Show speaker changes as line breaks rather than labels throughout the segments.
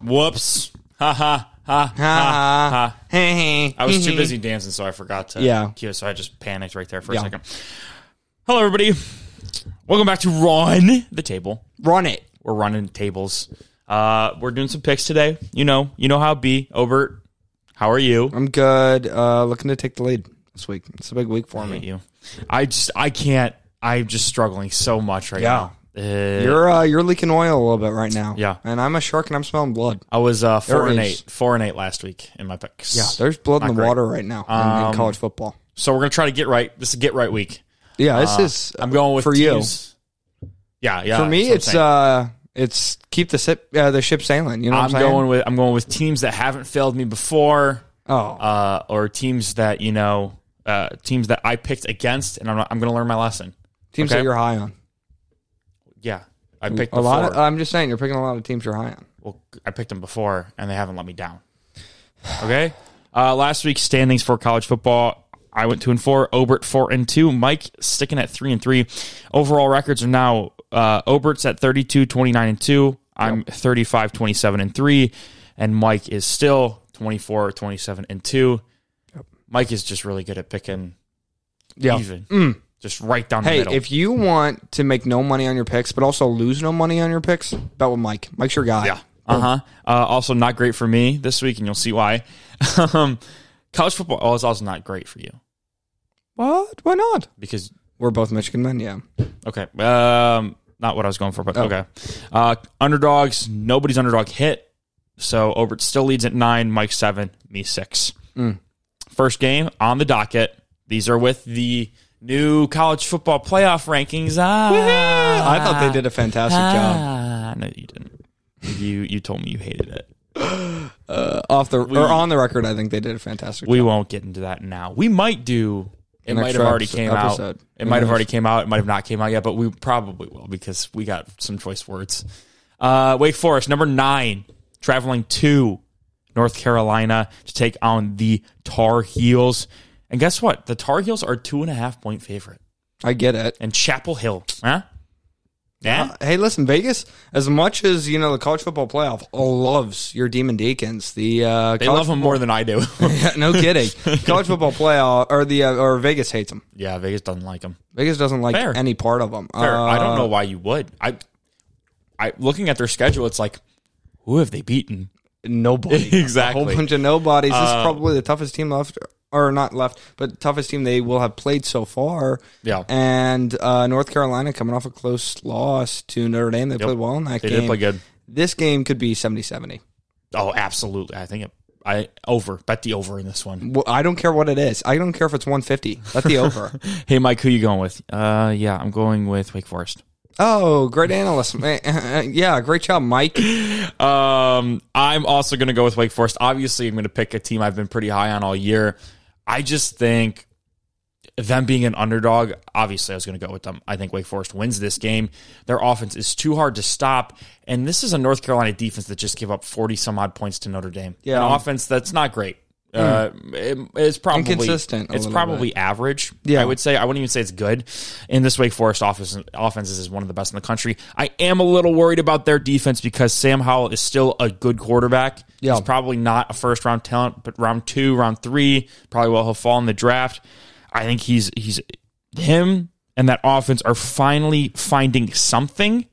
Whoops. Ha ha ha ha ha. I was too busy dancing, so I forgot to
Mm-hmm. Yeah.
cue. So I just panicked right there for
Yeah.
a second. Hello, everybody. Welcome back to Run the Table.
Run it.
We're running tables. Uh, we're doing some picks today. You know, you know how B Obert. How are you?
I'm good. Uh, looking to take the lead this week. It's a big week for
Hate
me.
you. I just I can't. I'm just struggling so much right
Yeah.
now. Uh,
You're uh, you're leaking oil a little bit right now.
Yeah.
And I'm a shark and I'm smelling blood.
I was uh, four and
is.
eight, four and eight last week in my picks.
Yeah, there's blood in the
great. Um,
water right now in- in, college football.
So we're gonna try to get right. This is get right week.
Yeah, this is.
uh, I'm going with
for
teams. Yeah, yeah.
you. For me,
that's
it's
what
uh, it's keep the ship uh, the ship sailing. You know
I'm,
what
saying.
I'm,
I'm
saying?
going with I'm going with teams that haven't failed me before,
oh,
uh, or teams that you know, uh, teams that I picked against, and I'm not, I'm gonna learn my lesson.
teams
okay.
that you're high on.
Yeah, I picked
A
before.
lot. Of, I'm just saying, you're picking a lot of teams you're high on.
well, I picked them before, and they haven't let me down. Okay. Uh, last week's standings for college football. I went two and four. Obert four and two. Mike sticking at three and three. Overall records are now uh, Obert's at 32, 29 and two. I'm 35, 27 and three, and Mike is still 24, 27 and two. Mike is just really good at picking
Yeah.
even, just right down the
Hey,
middle.
if you want to make no money on your picks, but also lose no money on your picks, bet with Mike. Mike's your guy.
Yeah. Uh-huh. Uh Also, not great for me this week, and you'll see why. um, college football oh, is also not great for you
What? Why not?
because
We're both Michigan men. Yeah.
okay, um, not what I was going for, but okay. Uh, underdogs. Nobody's underdog hit. So Obert still leads at nine. Mike seven. Me six. First game on the docket. These are with the new college football playoff rankings. Ah,
I thought they did a fantastic job.
ah, no, you didn't. You you told me you hated it.
Off the or on the record, I think they did a fantastic. job.
We won't get into that now. We might do. It
An
might have
extra
already
episo-
came out.
episode.
It
Who
might have
knows?
already came out. It might have not came out yet, but we probably will because we got some choice words. Uh, Wake Forest, number nine, traveling to North Carolina to take on the Tar Heels. And guess what? The Tar Heels are two and a half point favorite.
I get it.
And Chapel Hill, huh? Yeah.
Uh, hey, listen, Vegas. As much as you know, the college football playoff loves your Demon Deacons. The uh,
they
college-
love them more than I do.
no kidding. college football playoff or the uh, or Vegas hates them.
yeah, Vegas doesn't like them.
Vegas doesn't like
Fair.
any part of Uh, them.
Fair. I don't know why you would. I, I looking at their schedule, it's like, who have they beaten?
Nobody.
Exactly.
A whole bunch of nobodies. This
uh,
is probably the toughest team left, or not left, but toughest team they will have played so far.
Yeah.
And uh, North Carolina coming off a close loss to Notre Dame. They played well in that
They
game.
did play good.
This game could be 70 70.
Oh, absolutely. I think it, I over bet the over in this one.
Well, I don't care what it is. I don't care if it's 150. Let the over.
Hey, Mike, who you going with? Uh, yeah, I'm going with Wake Forest.
oh, great analyst. man. yeah, great job, Mike.
Um, I'm also going to go with Wake Forest. Obviously, I'm going to pick a team I've been pretty high on all year. I just think them being an underdog, obviously, I was going to go with them. I think Wake Forest wins this game. Their offense is too hard to stop, and this is a North Carolina defense that just gave up 40 some odd points to Notre Dame.
Yeah. um, hmm.
an offense that's not great. Uh, it- it's probably
Inconsistent a
It's
little
probably average.
Yeah.
I would say I wouldn't even say it's good. And this Wake Forest office offenses is one of the best in the country. I am a little worried about their defense because Sam Howell is still a good quarterback.
Yeah.
He's probably not a first round talent, but round two, round three, probably will he'll fall in the draft. I think he's he's him and that offense are finally finding something.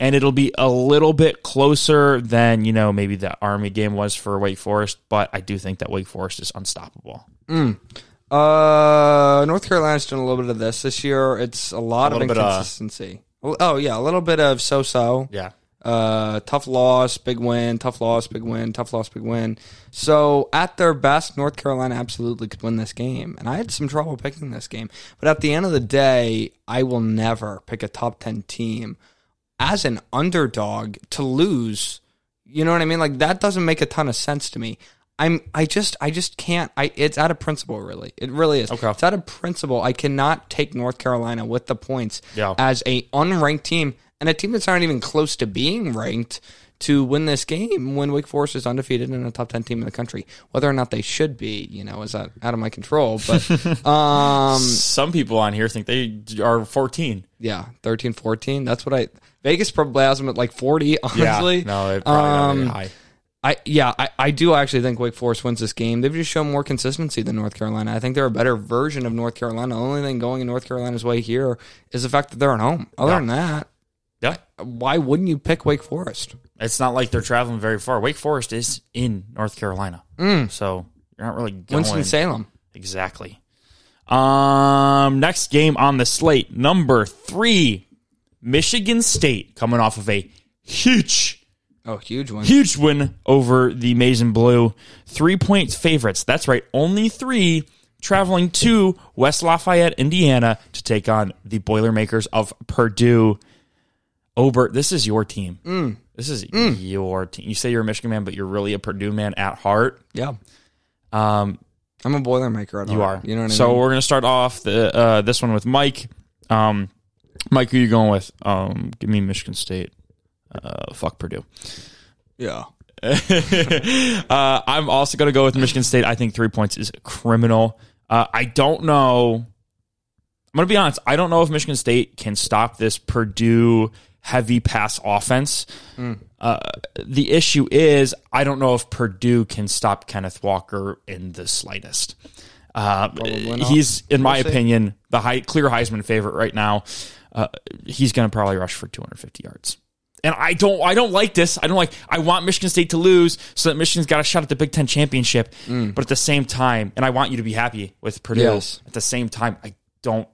And it'll be a little bit closer than, you know, maybe the Army game was for Wake Forest, but I do think that Wake Forest is unstoppable.
Uh, North Carolina's done a little bit of this this year. It's a lot of
little bit of-
inconsistency. oh yeah, a little bit of so-so.
Yeah.
Uh, tough loss, big win. Tough loss, big win. Tough loss, big win. So at their best, North Carolina absolutely could win this game, and I had some trouble picking this game. But at the end of the day, I will never pick a top ten team as an underdog to lose. You know what I mean? Like that doesn't make a ton of sense to me. I'm I just I just can't I it's out of principle really. It really is.
Okay.
It's out of principle. I cannot take North Carolina with the points
Yeah.
as a unranked team and a team that's not even close to being ranked to win this game when Wake Forest is undefeated and a top 10 team in the country. Whether or not they should be, you know, is out out of my control. But um,
Some people on here think they are 14.
yeah, 13, 14. That's what I. Vegas probably has them at like 40, honestly.
Yeah, no, it probably not
Um,
really high.
I yeah, I, I do actually think Wake Forest wins this game. They've just shown more consistency than North Carolina. I think they're a better version of North Carolina. The only thing going in North Carolina's way here is the fact that they're at home. Other
Yeah.
than that,
Yeah,
why wouldn't you pick Wake Forest?
it's not like they're traveling very far. Wake Forest is in North Carolina, so you're not really going
Mm. Winston Salem.
exactly. Um, next game on the slate, number three, Michigan State, coming off of a huge
Oh, huge one.
huge win over the maize and blue three point favorites that's right only three traveling to west lafayette indiana to take on the boilermakers of purdue obert this is your team
Mm.
this is your team you say you're a michigan man but you're really a purdue man at heart
Yeah.
um,
I'm a boilermaker at
you
heart.
are
You know what I
so
mean?
we're gonna start off the uh, this one with mike um, mike who you going with um, give me michigan state uh, fuck purdue
Yeah.
Uh, I'm also going to go with Michigan State. I think three points is criminal. Uh, I don't know. I'm going to be honest. I don't know if Michigan State can stop this Purdue heavy pass offense. Uh, the issue is, I don't know if Purdue can stop Kenneth Walker in the slightest. Uh,
not.
he's, in my
We'll see.
opinion, the high, clear Heisman favorite right now. Uh, he's going to probably rush for 250 yards. And I don't, I don't like this. I don't like. I want Michigan State to lose so that Michigan's got a shot at the Big Ten championship. But at the same time, and I want you to be happy with Purdue.
Mm. Yes.
At the same time, I don't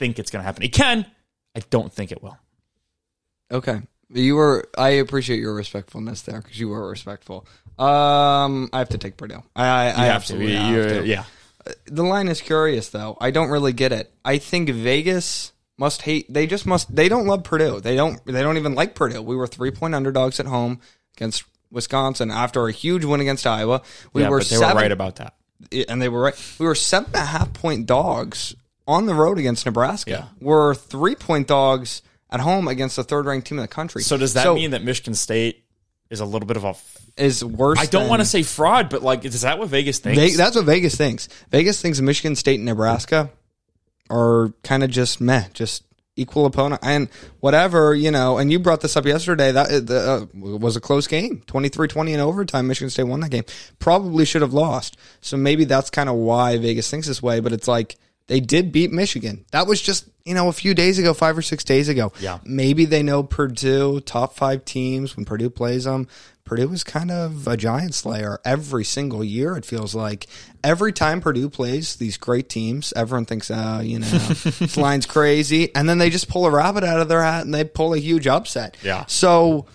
think it's going to happen. It can. I don't think it will.
Okay. You were. I appreciate your respectfulness there because you were respectful. Um, I have to take Purdue. I, I, I absolutely have to.
Yeah.
the line is curious though. I don't really get it. I think Vegas must hate. They just must. They don't love Purdue. They don't. They don't even like Purdue. We were three point underdogs at home against Wisconsin after a huge win against Iowa. We
yeah
were
but they
seven,
were right about that.
and they were right. We were seven and a half point dogs on the road against Nebraska. We're three point dogs at home against the third ranked team in the country.
So does that mean that Michigan State is a little bit of a?
is worse?
I don't
than-
want to say fraud, but like, is that what Vegas thinks?
Ve- that's what Vegas thinks. Vegas thinks Michigan State and Nebraska are kind of just meh, just equal opponent and whatever you know. And you brought this up yesterday. That uh, the, uh, was a close game, 23-20 in overtime. Michigan State won that game. Probably should have lost. So maybe that's kind of why Vegas thinks this way. But it's like they did beat Michigan. That was just you know a few days ago, five or six days ago.
Yeah.
Maybe they know Purdue top five teams when Purdue plays them. Purdue is kind of a giant slayer every single year. It feels like every time Purdue plays these great teams, everyone thinks, "Oh, you know, this line's crazy," and then they just pull a rabbit out of their hat and they pull a huge upset.
Yeah.
So,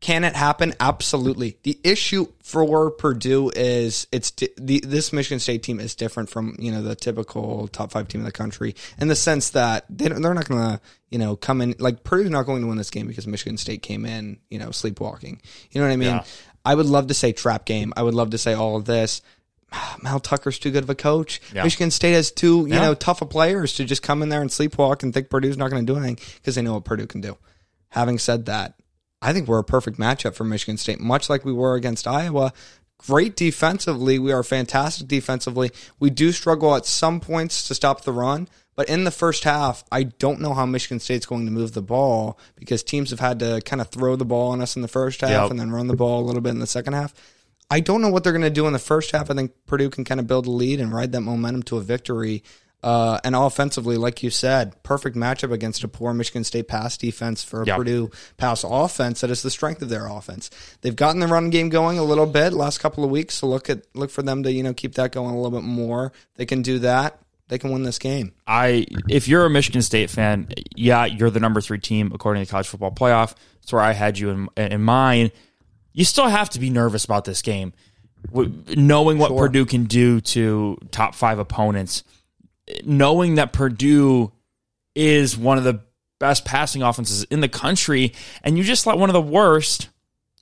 can it happen? Absolutely. The issue for Purdue is it's di- the, this Michigan State team is different from you know the typical top five team in the country in the sense that they don't, they're not going to you know come in like Purdue's not going to win this game because Michigan State came in you know sleepwalking. You know what I mean?
Yeah.
I would love to say trap game. I would love to say all of this. Mal Tucker's too good of a coach.
Yeah.
Michigan State has too, you
Yeah.
know, tough of players to just come in there and sleepwalk and think Purdue's not going to do anything because they know what Purdue can do. Having said that, I think we're a perfect matchup for Michigan State, much like we were against Iowa. Great defensively. We are fantastic defensively. We do struggle at some points to stop the run, but in the first half, I don't know how Michigan State's going to move the ball because teams have had to kind of throw the ball on us in the first half
Yep.
and then run the ball a little bit in the second half. I don't know what they're going to do in the first half. I think Purdue can kind of build a lead and ride that momentum to a victory. Uh, and offensively, like you said, perfect matchup against a poor Michigan State pass defense for a
Yeah.
Purdue pass offense that is the strength of their offense. They've gotten the run game going a little bit last couple of weeks, so look at look for them to you know keep that going a little bit more. They can do that. They can win this game.
I if you're a Michigan State fan, yeah, you're the number three team according to the college football playoff. That's where I had you in, in mind. You still have to be nervous about this game, W- knowing what Purdue can do to top five opponents, knowing that Purdue is one of the best passing offenses in the country, and you just let one of the worst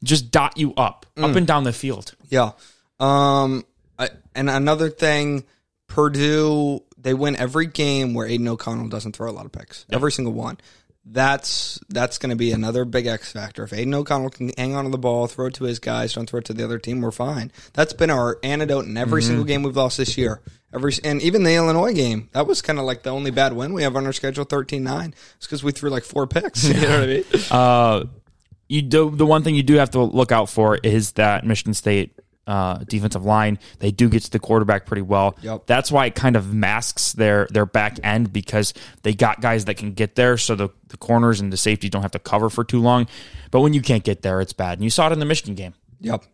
just dot you up, up and down the field.
Yeah. Um. I, and another thing, Purdue they win every game where Aiden O'Connell doesn't throw a lot of picks. Every single one. that's that's going to be another big X factor. If Aiden O'Connell can hang on to the ball, throw it to his guys, don't throw it to the other team, we're fine. That's been our antidote in every single game we've lost this year. Every and even the Illinois game, that was kind of like the only bad win we have on our schedule, 13-9. It's because we threw like four picks. You know what I mean?
you do the one thing you do have to look out for is that Michigan State uh, defensive line they do get to the quarterback pretty well.
Yep.
That's why it kind of masks their their back end because they got guys that can get there, so the the corners and the safeties don't have to cover for too long. But when you can't get there, it's bad, and you saw it in the Michigan game.
Yep.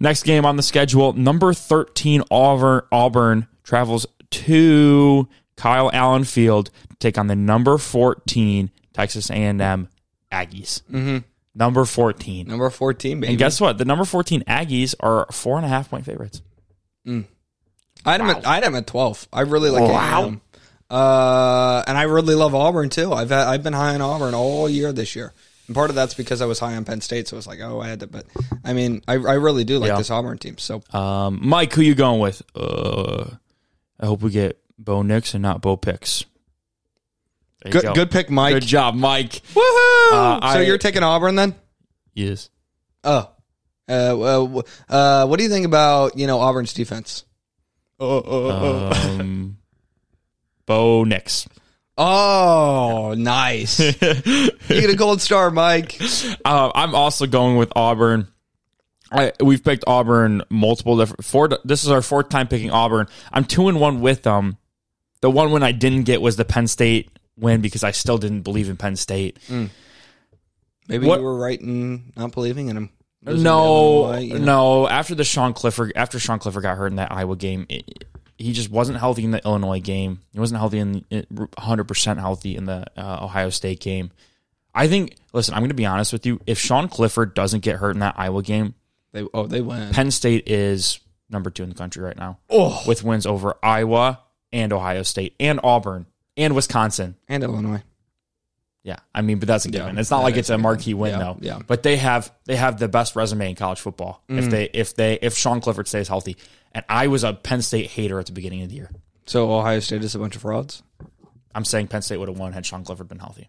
Next game on the schedule, number 13 Auburn, Auburn travels to Kyle Allen Field to take on the number 14 Texas A&M Aggies. Mm-hmm. Number 14.
Number fourteen, baby.
And guess what? The number 14 Aggies are four and a half point favorites.
I had, him at, I had him at 12. I really like
Wow.
him. Uh, and I really love Auburn too. I've had, I've been high on Auburn all year this year. And part of that's because I was high on Penn State, so it's like, oh, I had to. But I mean, I, I really do like
Yeah.
this Auburn team. So
Um, Mike, who you going with? Uh, I hope we get Bo Nix and not Bo Picks. There you
good,
go.
good pick, Mike.
Good job, Mike.
Woohoo!
Uh,
so
I-
you're taking Auburn then?
Yes.
Oh, uh, well, uh, what do you think about you know Auburn's defense?
Uh,
Oh, oh, oh.
Um, Bo Nix.
oh nice! you get a gold star, Mike.
Uh, I'm also going with Auburn. I, we've picked Auburn multiple different. Four, this is our fourth time picking Auburn. I'm two and one with them. The one win I didn't get was the Penn State win because I still didn't believe in Penn State.
Maybe
What-
you were right in not believing in him.
No,
Illinois, you know.
no. After the Sean Clifford, after Sean Clifford got hurt in that Iowa game, it, he just wasn't healthy in the Illinois game. He wasn't healthy in 100 percent healthy in the uh, Ohio State game. I think. Listen, I'm going to be honest with you. If Sean Clifford doesn't get hurt in that Iowa game,
They oh they went.
Penn State is number two in the country right now
Oh,
with wins over Iowa and Ohio State and Auburn and Wisconsin.
and Illinois.
Yeah, I mean, but that's a given. it's not like it's a marquee win
Yeah,
though.
yeah.
But they have they have the best resume in college football if they if they if Sean Clifford stays healthy. And I was a Penn State hater at the beginning of the year.
So Ohio State is a bunch of frauds.
I'm saying Penn State would have won had Sean Clifford been healthy.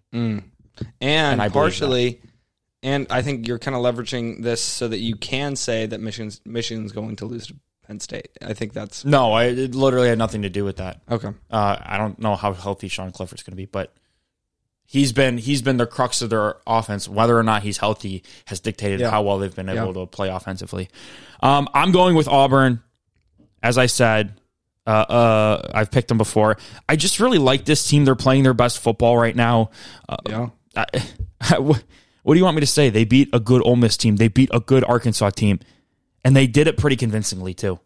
And,
I believe
partially, and I think you're kind of leveraging this so that you can say that Michigan's Michigan's going to lose to Penn State. I think that's
No, I, it literally had nothing to do with that.
okay.
Uh, I don't know how healthy Sean Clifford's going to be, but he's been he's been the crux of their offense. Whether or not he's healthy has dictated
Yeah.
how well they've been able
Yeah.
to play offensively. Um, I'm going with Auburn, as I said. Uh, uh, I've picked them before. I just really like this team. They're playing their best football right now. Uh,
Yeah.
I, what what do you want me to say? They beat a good Ole Miss team. They beat a good Arkansas team, and they did it pretty convincingly too.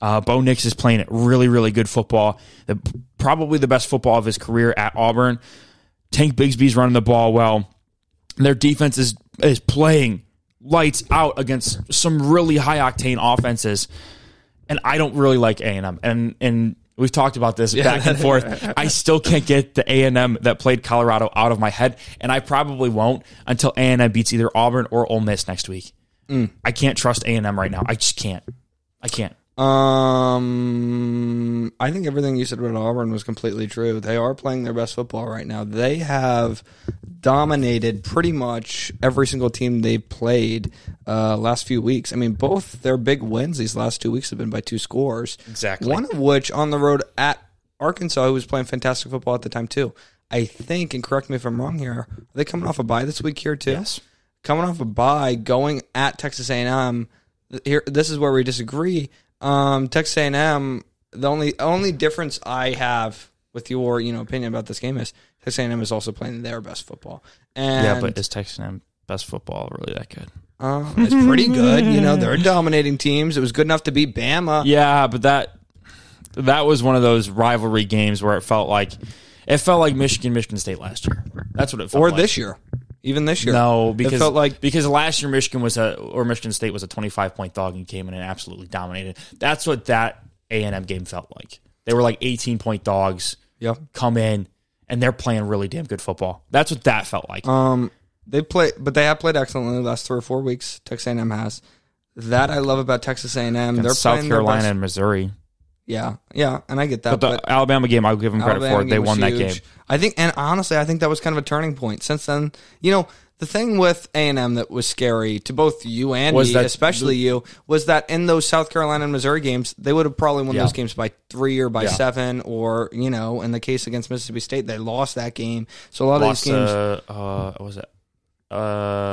Uh, Bo Nix is playing really, really good football. The, probably the best football of his career at Auburn. Tank Bigsby's running the ball well. Their defense is is playing lights out against some really high octane offenses. And I don't really like A and M. And and we've talked about this back and forth. I still can't get the A and M that played Colorado out of my head, and I probably won't until A and M beats either Auburn or Ole Miss next week.
Mm.
I can't trust A and M right now. I just can't. I can't.
Um, I think everything you said about Auburn was completely true. They are playing their best football right now. They have dominated pretty much every single team they've played uh, last few weeks. I mean, both their big wins these last two weeks have been by two scores.
Exactly.
One of which on the road at Arkansas, who was playing fantastic football at the time too. I think, and correct me if I'm wrong here, are they coming off a bye this week here too?
Yes.
coming off a bye, going at Texas A&M. th- Here, this is where we disagree. Um, Texas A&M. The only only difference I have with your you know opinion about this game is Texas A&M is also playing their best football. And
Yeah, but is Texas A&M best football really that good?
uh, it's pretty good. You know, they're dominating teams. It was good enough to beat Bama.
Yeah, but that that was one of those rivalry games where it felt like it felt like Michigan Michigan State last year. That's what it felt
Or
like.
this year, even this year.
No, because
it felt like
because last year Michigan was a or Michigan State was a 25 point dog and came in and absolutely dominated. That's what that A&M game felt like. They were like 18 point dogs
yeah.
come in and they're playing really damn good football. That's what that felt like.
Um, they play, but they have played excellently the last three or four weeks. Texas A&M has. That I love about Texas A&M. They're
South
playing their best
Carolina and Missouri.
Yeah, yeah, and I get that.
But the Alabama game, I'll give them credit
Alabama
for it. They
game was
won that game.
huge. I think, and honestly, I think that was kind of a turning point. Since then, you know, the thing with A and M that was scary to both you and
Was
me,
that-
especially you, was that in those South Carolina and Missouri games, they would have probably won
Yeah.
those games by three or by
Yeah.
seven, or you know, in the case against Mississippi State, they lost that game. So a lot
Lost,
of these games,
uh, uh, what was it? Uh,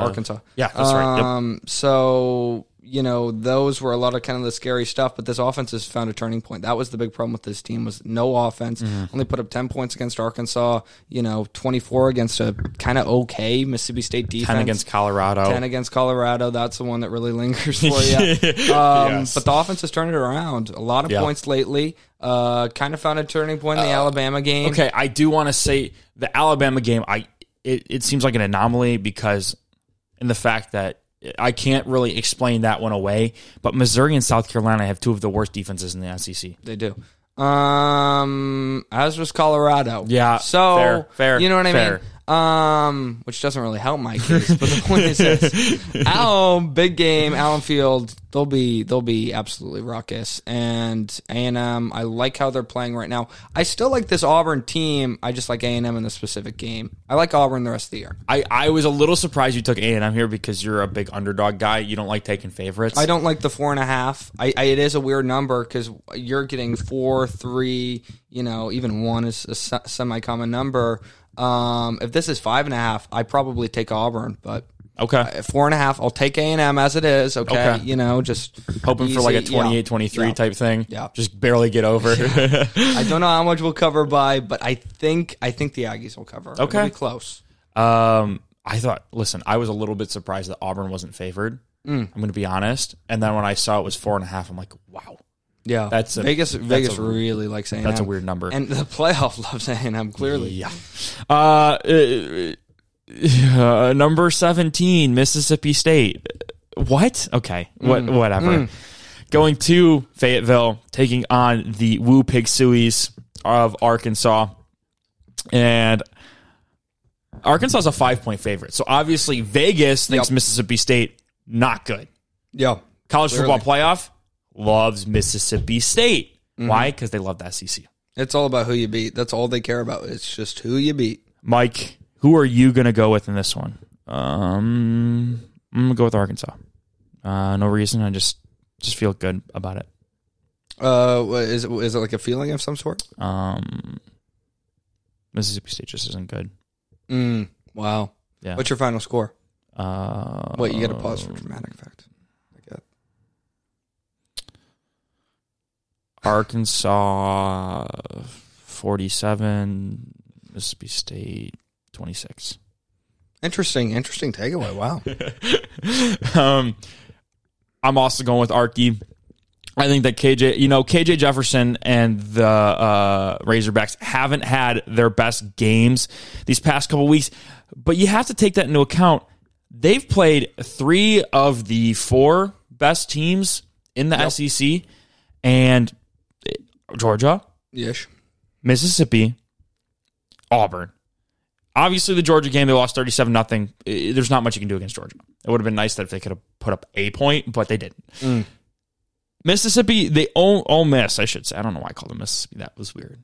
Arkansas.
Yeah, that's right. Yep.
Um, so you know those were a lot of kind of the scary stuff, but this offense has found a turning point. That was the big problem with this team was no offense.
Mm-hmm.
Only put up ten points against Arkansas. You know, twenty four against a kind of okay Mississippi State defense.
Ten against Colorado.
Ten against Colorado. That's the one that really lingers for you. Um,
Yes.
But the offense has turned it around. A lot of
Yeah. Uh,
points lately. Uh, kind of found a turning point in the Alabama game.
Okay, I do want to say the Alabama game. I it, it seems like an anomaly because in the fact that I can't really explain that one away. But Missouri and South Carolina have two of the worst defenses in the E SEC.
They do. Um, as was Colorado.
Yeah,
So
fair, fair,
You know what I
fair.
mean? Um, which doesn't really help my case, but the point is this: Al, big game, Allen Field. They'll be they'll be absolutely raucous. And A and M, I like how they're playing right now. I still like this Auburn team. I just like A and M in the specific game. I like Auburn the rest of the year.
I, I was a little surprised you took A and M here because you're a big underdog guy. You don't like taking favorites.
I don't like the four and a half. I, I it is a weird number because you're getting four, three, you know, even one is a semi common number. Um, if this is five and a half, I probably take Auburn, but
Okay,
at four and a half, I'll take A and M as it is. Okay,
Okay.
you know, just
hoping for like a
easy, yeah.
28 23
Yeah.
type thing.
Yeah.
Just barely get over.
I don't know how much we'll cover by, but I think I think the Aggies will cover. It'll
Okay.
be close.
um, I thought, listen, I was a little bit surprised that Auburn wasn't favored.
Mm.
I'm going to be honest. And then when I saw it was four and a half, I'm like, wow,
Yeah,
That's a-
Vegas.
that's
Vegas
a-
really likes A and M.
that's a weird number.
and the playoff loves A and M clearly.
yeah. Uh, uh, uh, number 17, Mississippi State. What? Okay. What?
Mm.
Whatever. Going to Fayetteville, taking on the Woo Pig Sueys of Arkansas. And Arkansas is a five point favorite. So obviously, Vegas thinks
Yep.
Mississippi State not good.
Yeah,
College
Clearly. Mm-hmm.
football playoff loves Mississippi State. Why? Because they love the E SEC.
it's all about who you beat. That's all they care about. It's just who you beat.
Mike, who are you going to go with in this one? Um, I'm going to go with Arkansas. Uh, no reason. I just just feel good about it.
Uh, what- is it, is it like a feeling of some sort?
Um, Mississippi State just isn't good.
Mm, wow.
Yeah.
What's your final score?
Uh,
Wait, you got to pause for dramatic effect.
Arkansas 47, Mississippi State 26.
Interesting, interesting takeaway. Wow.
Um, I'm also going with Arky. I think that KJ, you know, KJ Jefferson and the uh, Razorbacks haven't had their best games these past couple weeks, but you have to take that into account. They've played three of the four best teams in the SEC, and Georgia,
Yes.
Mississippi, Auburn. Obviously, the Georgia game they lost thirty-seven nothing. There's not much you can do against Georgia. It would have been nice that if they could have put up a point, but they didn't. Mississippi, they all Ole Miss, I should say. I don't know why I called them Mississippi. That was weird.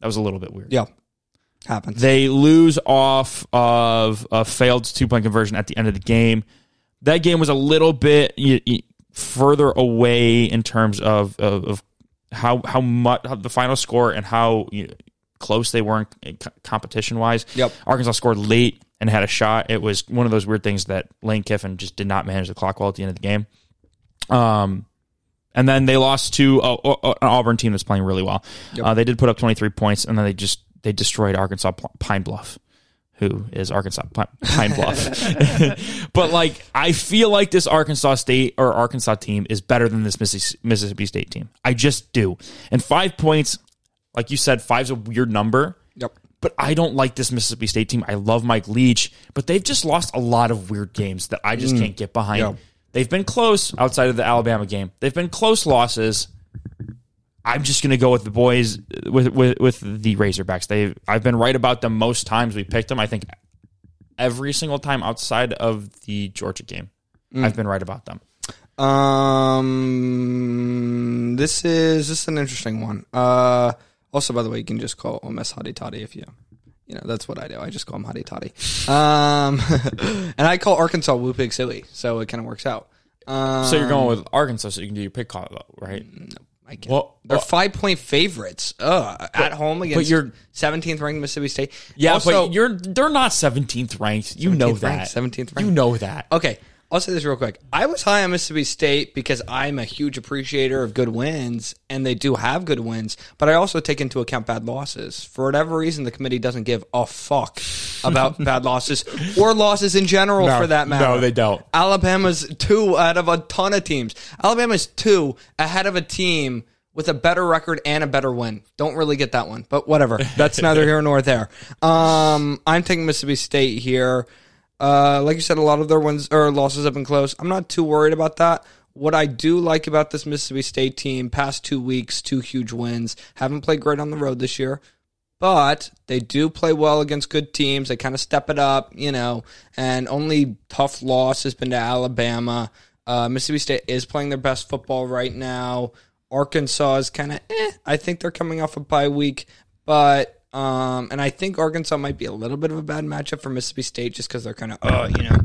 That was a little bit weird.
Yeah. Happens.
They lose off of a failed two-point conversion at the end of the game. That game was a little bit y- y- further away in terms of of, of how how much how the final score and how you know, close they were in competition wise.
Yep.
Arkansas scored late and had a shot. It was one of those weird things that Lane Kiffin just did not manage the clock well at the end of the game. Um, and then they lost to uh, uh, an Auburn team that's playing really well. Uh, they did put up 23 points, and then they just they destroyed Arkansas Pl- Pine Bluff, who is Arkansas Pl- Pine Bluff. but like, I feel like this Arkansas State or Arkansas team is better than this Missis- Mississippi State team. I just do. And five points, like you said, five's a weird number.
Yep.
But I don't like this Mississippi State team. I love Mike Leach, but they've just lost a lot of weird games that I just can't get behind.
Mm. Yeah.
They've been close outside of the Alabama game. They've been close losses. I'm just going to go with the boys with with, with the Razorbacks. They I've been right about them most times we picked them. I think
Mm.
every single time outside of the Georgia game, I've been right about them.
Um, this is this is an interesting one. Uh, also, by the way, you can just call Ole Miss Hottie Toddy if you, you know, that's what I do. I just call them Hottie Toddy. Um, and I call Arkansas Woo Pig Silly, so it kind of works out. Um, mm,
So you're going with Arkansas, so you can do your pick call though, right?
I can't.
Well,
They're
well-
five point favorites. Ugh, at home against
you're-
17th ranked Mississippi State.
Yeah,
Also-
but you're they're not 17th ranked. You know
17th
that.
ranked, 17th
You
ranked.
know that.
Okay, I'll say this real quick. I was high on Mississippi State because I'm a huge appreciator of good wins, and they do have good wins. But I also take into account bad losses. For whatever reason, the committee doesn't give a fuck about bad losses or losses in general,
No,
for that matter.
no, they don't.
Alabama's two out of a ton of teams. Alabama's two ahead of a team with a better record and a better win. Don't really get that one, but whatever. That's neither here nor there. Um, I'm taking Mississippi State here. Uh, like you said, a lot of their wins or losses have been close. I'm not too worried about that. What I do like about this Mississippi State team, past two weeks, two huge wins. Haven't played great on the road this year but they do play well against good teams. They kind of step it up, you know, and only tough loss has been to Alabama. Uh, Mississippi State is playing their best football right now. Arkansas is kind of, eh, I think they're coming off a bye week, but, um, and I think Arkansas might be a little bit of a bad matchup for Mississippi State just because they're kind of, uh, you know,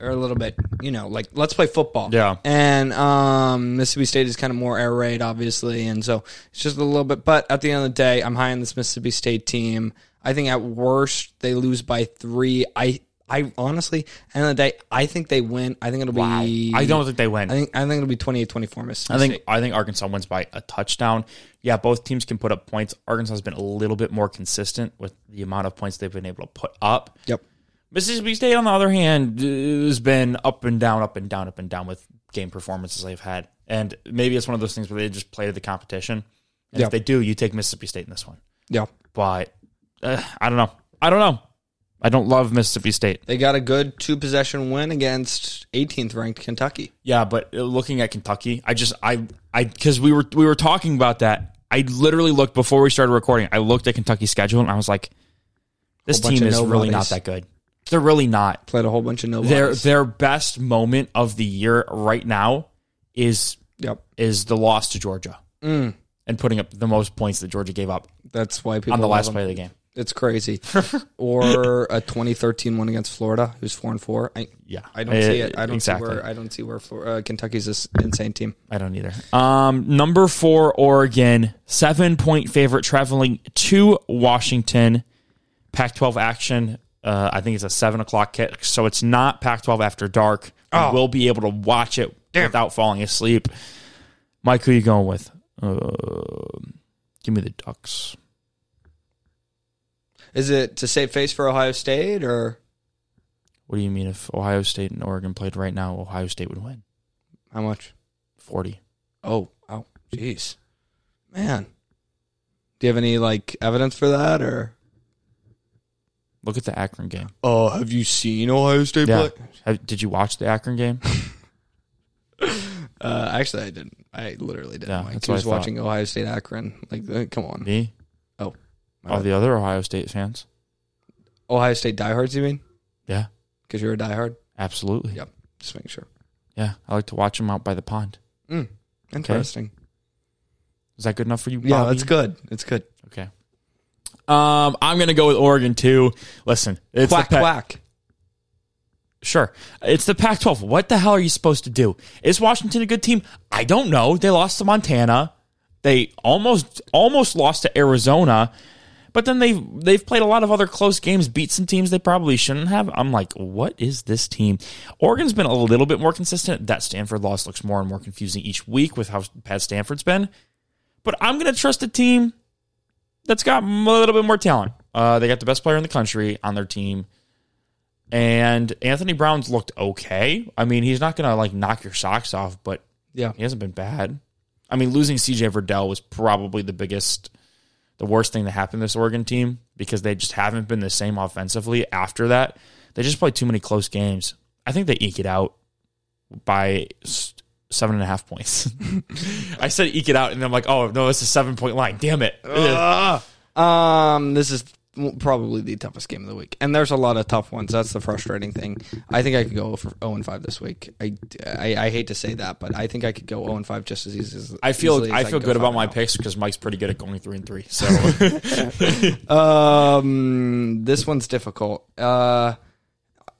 or a little bit, you know, like let's play football.
Yeah.
And um, Mississippi State is kind of more air raid, obviously, and so it's just a little bit. But at the end of the day, I'm high on this Mississippi State team. I think at worst they lose by three. I, I honestly, end of the day, I think they win. I think it'll be.
I don't think they win.
I think I think it'll be 28-24 Mississippi
I think
State.
I think Arkansas wins by a touchdown. Yeah, both teams can put up points. Arkansas has been a little bit more consistent with the amount of points they've been able to put up.
Yep.
Mississippi State, on the other hand, has been up and down, up and down, up and down with game performances they've had, and maybe it's one of those things where they just play to the competition. And
Yeah.
If they do, you take Mississippi State in this one,
Yeah.
but uh, I don't know. I don't know. I don't love Mississippi State.
They got a good two possession win against 18th ranked Kentucky.
Yeah, but uh, looking at Kentucky, I just I I because we were we were talking about that. I literally looked before we started recording. I looked at Kentucky's schedule and I was like, this
bunch
team
of
is really not
nobodies.
that good. They're really not.
Played a whole bunch of nobodies.
Their their best moment of the year right now is
yep.
is the loss to Georgia
Mm.
and putting up the most points that Georgia gave up
That's why people
on the
love
last
them.
play of the game.
It's crazy. or a 2013 one against Florida, who's four and four. I,
Yeah,
I don't see it. I don't
exactly.
see where I don't see where Flor- uh, Kentucky's this insane team.
I don't either. Um, number four, Oregon, seven point favorite traveling to Washington. Pac 12 action. Uh, I think it's a seven o'clock kick, so it's not Pac 12 after dark. I
Oh.
will be able to watch it without falling asleep. Mike, who you going with? Uh, give me the Ducks.
Is it to save face for Ohio State or
What do you mean if Ohio State and Oregon played right now, Ohio State would win?
how much?
40.
Oh, oh, jeez, man. Do you have any like evidence for that or?
Look at the Akron game.
Oh, have you seen Ohio State
Yeah. Have- Did you watch the Akron game?
Uh, actually, I didn't. I literally didn't.
Yeah,
like,
that's
I
what
was
I thought.
watching Ohio State Akron. Like, uh, come on,
Me?
Oh, my
All
bad.
the other Ohio State fans?
Ohio State diehards. You mean?
Yeah,
Because you're a diehard.
absolutely.
Yep. Just making sure.
Yeah, I like to watch them out by the pond.
Mm, interesting.
Is that good enough for you?
Yeah,
Bobby?
that's good. It's good.
Okay. Um, I'm gonna go with Oregon too. Listen, it's
quack
the Pa-
quack.
Sure, it's the Pac-12. What the hell are you supposed to do? Is Washington a good team? I don't know. They lost to Montana. They almost almost lost to Arizona, but then they've they've played a lot of other close games, beat some teams they probably shouldn't have. I'm like, what is this team? Oregon's been a little bit more consistent. That Stanford loss looks more and more confusing each week with how bad Stanford's been. But I'm gonna trust a team that's got a little bit more talent. Uh, they got the best player in the country on their team, and Anthony Brown's looked okay. I mean, he's not gonna like knock your socks off, but
Yeah.
he hasn't been bad. I mean, losing CJ Verdell was probably the biggest, the worst thing that happened to this Oregon team because they just haven't been the same offensively after that. They just play too many close games. I think they eke it out by s- seven and a half points. I said eke it out, and I'm like, oh no, it's a seven point line. Damn it!
Um, this is well, probably the toughest game of the week. And there's a lot of tough ones. That's the frustrating thing. I think I could go oh for 0 and 5 this week. I, I, I hate to say that, but I think I could go 0 and 5 just as easy as
I
easily
feel
as
I feel
could go
good about
5
my
now.
picks because Mike's pretty good at going three and three. So
Um, this one's difficult. Uh,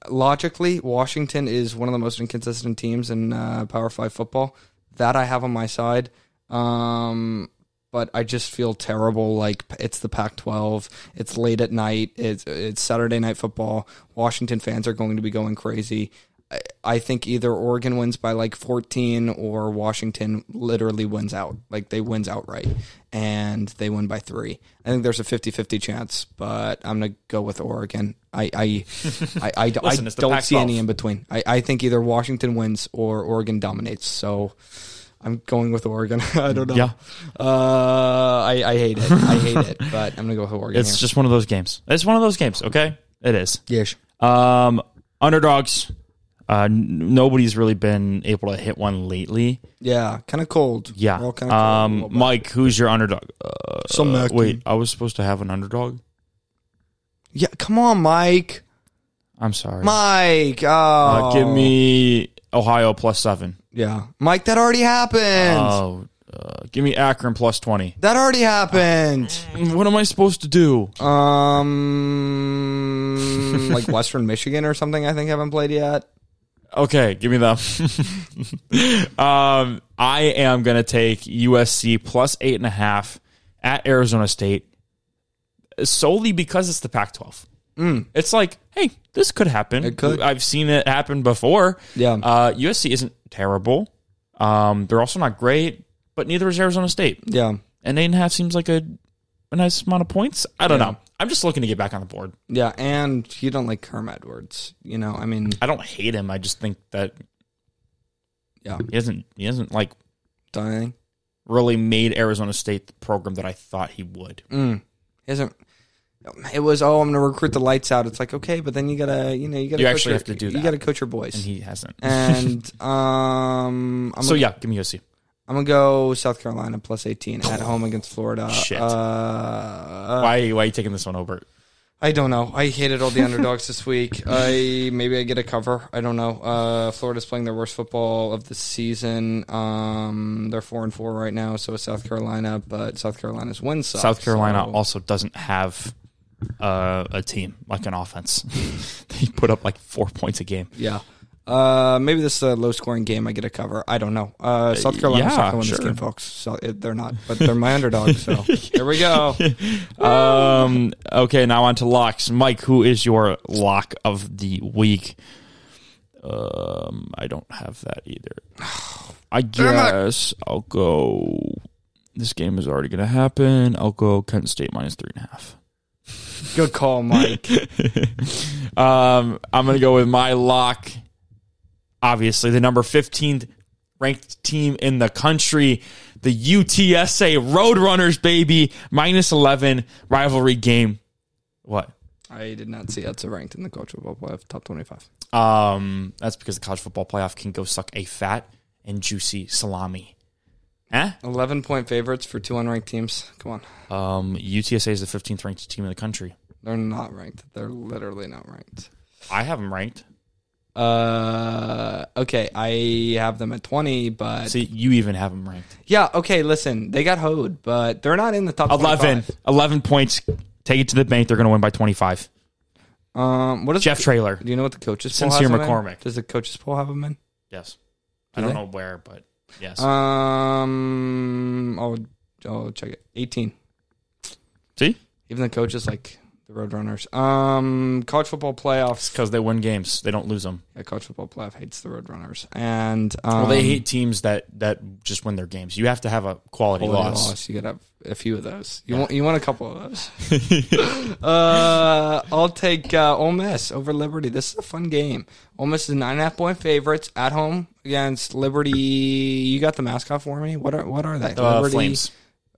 logically, Washington is one of the most inconsistent teams in uh, Power Five football. That I have on my side. Um, but I just feel terrible. Like it's the Pac-12. It's late at night. It's it's Saturday night football. Washington fans are going to be going crazy. I- I think either Oregon wins by like 14 or Washington literally wins out. Like they wins outright and they win by 3. I think there's a 50-50 chance, but I'm going to go with Oregon. I I I, I, I
Listen, it's the
don't see
Pac-12.
any in between. I, I think either Washington wins or Oregon dominates. So I'm going with Oregon. I don't know.
Yeah.
Uh, I, I hate it. I hate it, but I'm going to go with Oregon
it's just one of those games. It's one of those games. Okay, it is.
here.
Um, underdogs. Uh, n- nobody's really been able to hit one lately.
Yeah, kind of cold.
Yeah.
We're all kinda cold a
Um,
little bit.
Mike, who's your underdog? Uh,
Some Mac
wait,
team.
I was supposed to have an underdog.
Yeah, come on, Mike.
I'm sorry.
Mike. Oh.
Uh, give me Ohio plus seven.
Yeah, Mike. That already happened.
Oh, uh, give me Akron plus twenty.
that already happened.
What am I supposed to do?
Um, like Western Michigan or something. I think haven't played yet.
Okay, give me them. um, I am gonna take USC plus eight and a half at Arizona State solely because it's the Pac-12. It's like, hey, this could happen.
Mm. It could.
I've seen it happen before.
Yeah.
Uh, USC isn't terrible. Um, they're also not great, but neither is Arizona State.
Yeah,
And eight and a half seems like a, a nice amount of points. I don't know. I'm just looking to get back on the board.
yeah. And you don't like Kerm Edwards. You know, I mean,
I don't hate him. I just think that
yeah.
he hasn't he hasn't like
Done anything?
really made Arizona State the program that I thought he would.
Mm. He hasn't. It was oh, I'm gonna recruit the lights out. It's like okay, but then you gotta, you know, you gotta.
You
coach
actually
your-
have to do
You
that.
gotta coach your boys.
He hasn't.
and um, I'm, Uh,
so
gonna,
yeah, give me USC.
I'm gonna go South Carolina plus 18 at home against Florida.
Shit.
Uh,
Why why are you taking this one, Obert?
I don't know. I hated all the underdogs this week. I maybe I get a cover. I don't know. Uh, Florida's playing their worst football of the season. Um, they're four and four right now. So is South Carolina, but South Carolina's win sucks,
South Carolina
so-
also doesn't have uh, a team like an offense. they put up like four points a game.
Yeah. Uh, maybe this is a low scoring game. I get a cover. I don't know. Uh, South Carolina's
yeah,
not going to win
sure.
this game, folks. So it, they're not, but they're my underdog. So there we go.
Um, okay, now on to locks. Mike, who is your lock of the week? Um, I don't have that either. I guess I'll go. This game is already going to happen. I'll go Kent State minus three and a half.
Good call, Mike.
Um, I'm going to go with my lock. Obviously, the number 15th ranked team in the country, the UTSA Roadrunners, baby, minus 11 rivalry game. What?
I did not see that's ranked in the coach football playoff top 25.
Um, that's because the college football playoff can go suck a fat and juicy salami. Eh?
11 point favorites for two unranked teams. Come on.
Um, UTSA is the 15th ranked team in the country.
They're not ranked. They're literally not ranked.
I have them ranked.
Uh, okay. I have them at 20, but
See, you even have them ranked.
yeah. Okay. Listen, they got hoed, but they're not in the top
11,
25.
11 points. Take it to the bank. They're going to win by 25.
Um, what is
Jeff Trailer.
Do you know what the coaches poll
Sincere
has them in?
McCormick.
Does the coaches poll have them in?
Yes. I
Do
don't
they? Uh,
know where, but yes.
Um, I'll, I'll check it. 18.
See?
Even the coaches like the Roadrunners. Um, college football
It's
playoffs.
because they win games. They don't lose them.
Yeah, college football playoff hates the Roadrunners. And um,
Well, they hate teams that, that just win their games. You have to have a quality,
quality
loss.
loss. You got have a few of those. You want you want a couple of those. uh, I'll take uh, Ole Miss over Liberty. This is a fun game. Ole Miss is nine and a half point favorites at home against Liberty. You got the mascot for me. What are what are they?
Uh,
Liberty.
Flames.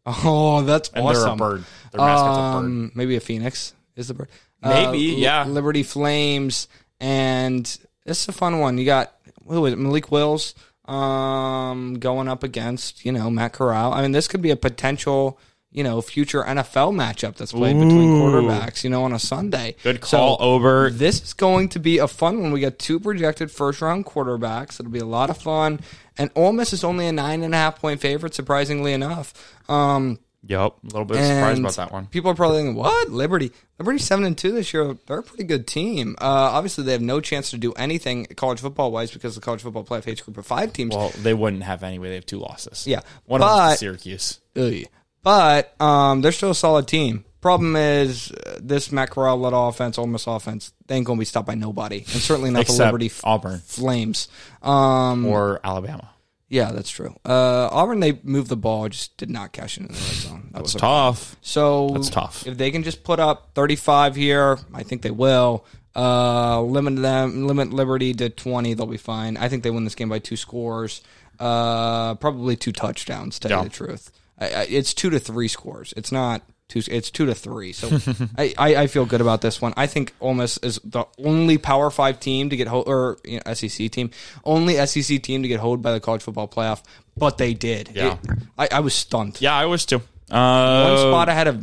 Oh, that's
And
awesome.
they're a bird. Their mascot's a bird.
Um, Maybe a phoenix is the bird.
Maybe,
Li-
yeah.
Liberty Flames, and this is a fun one. You got who is it? Malik Wills um, going up against you know Matt Corral. I mean, this could be a potential you know, future NFL matchup that's played between quarterbacks, you know, on a Sunday.
Good
So,
call, Ober.
This is going to be a fun one. We got two projected first round quarterbacks. It'll be a lot of fun. And Ole Miss is only a nine and a half point favorite, surprisingly enough. Um,
Yep, a little bit surprised
and
about that one.
People are probably thinking, "What Liberty? Liberty seven and two this year. They're a pretty good team. Uh, obviously, they have no chance to do anything college football wise because the college football playoff hates group of five teams.
Well, they wouldn't have anyway. They have two losses.
Yeah,
one of them
but-
is Syracuse.
Ugh. But um, they're still a solid team. Problem is, uh, this Matt Corral led offense, Ole Miss offense, they ain't gonna be stopped by nobody, and certainly not the
Except
Liberty f-
Auburn.
Flames. Um,
or Alabama.
yeah, that's true. Uh, Auburn, they moved the ball, just did not cash into the red zone. That was a
Tough.
So
That's tough.
If they can just put up 35 here, I think they will. Uh, limit them, limit Liberty to 20. They'll be fine. I think they win this game by two scores, uh, probably two touchdowns. To tell
Yeah.
you the truth, I, I, it's two to three scores. It's not two. It's two to three. So I, I, I feel good about this one. I think Ole Miss is the only Power Five team to get ho- or you know, SEC team, only SEC team to get hoed by the College Football Playoff. But they did.
Yeah.
It- I, I was stunned.
Yeah, I was too. Uh,
One spot ahead of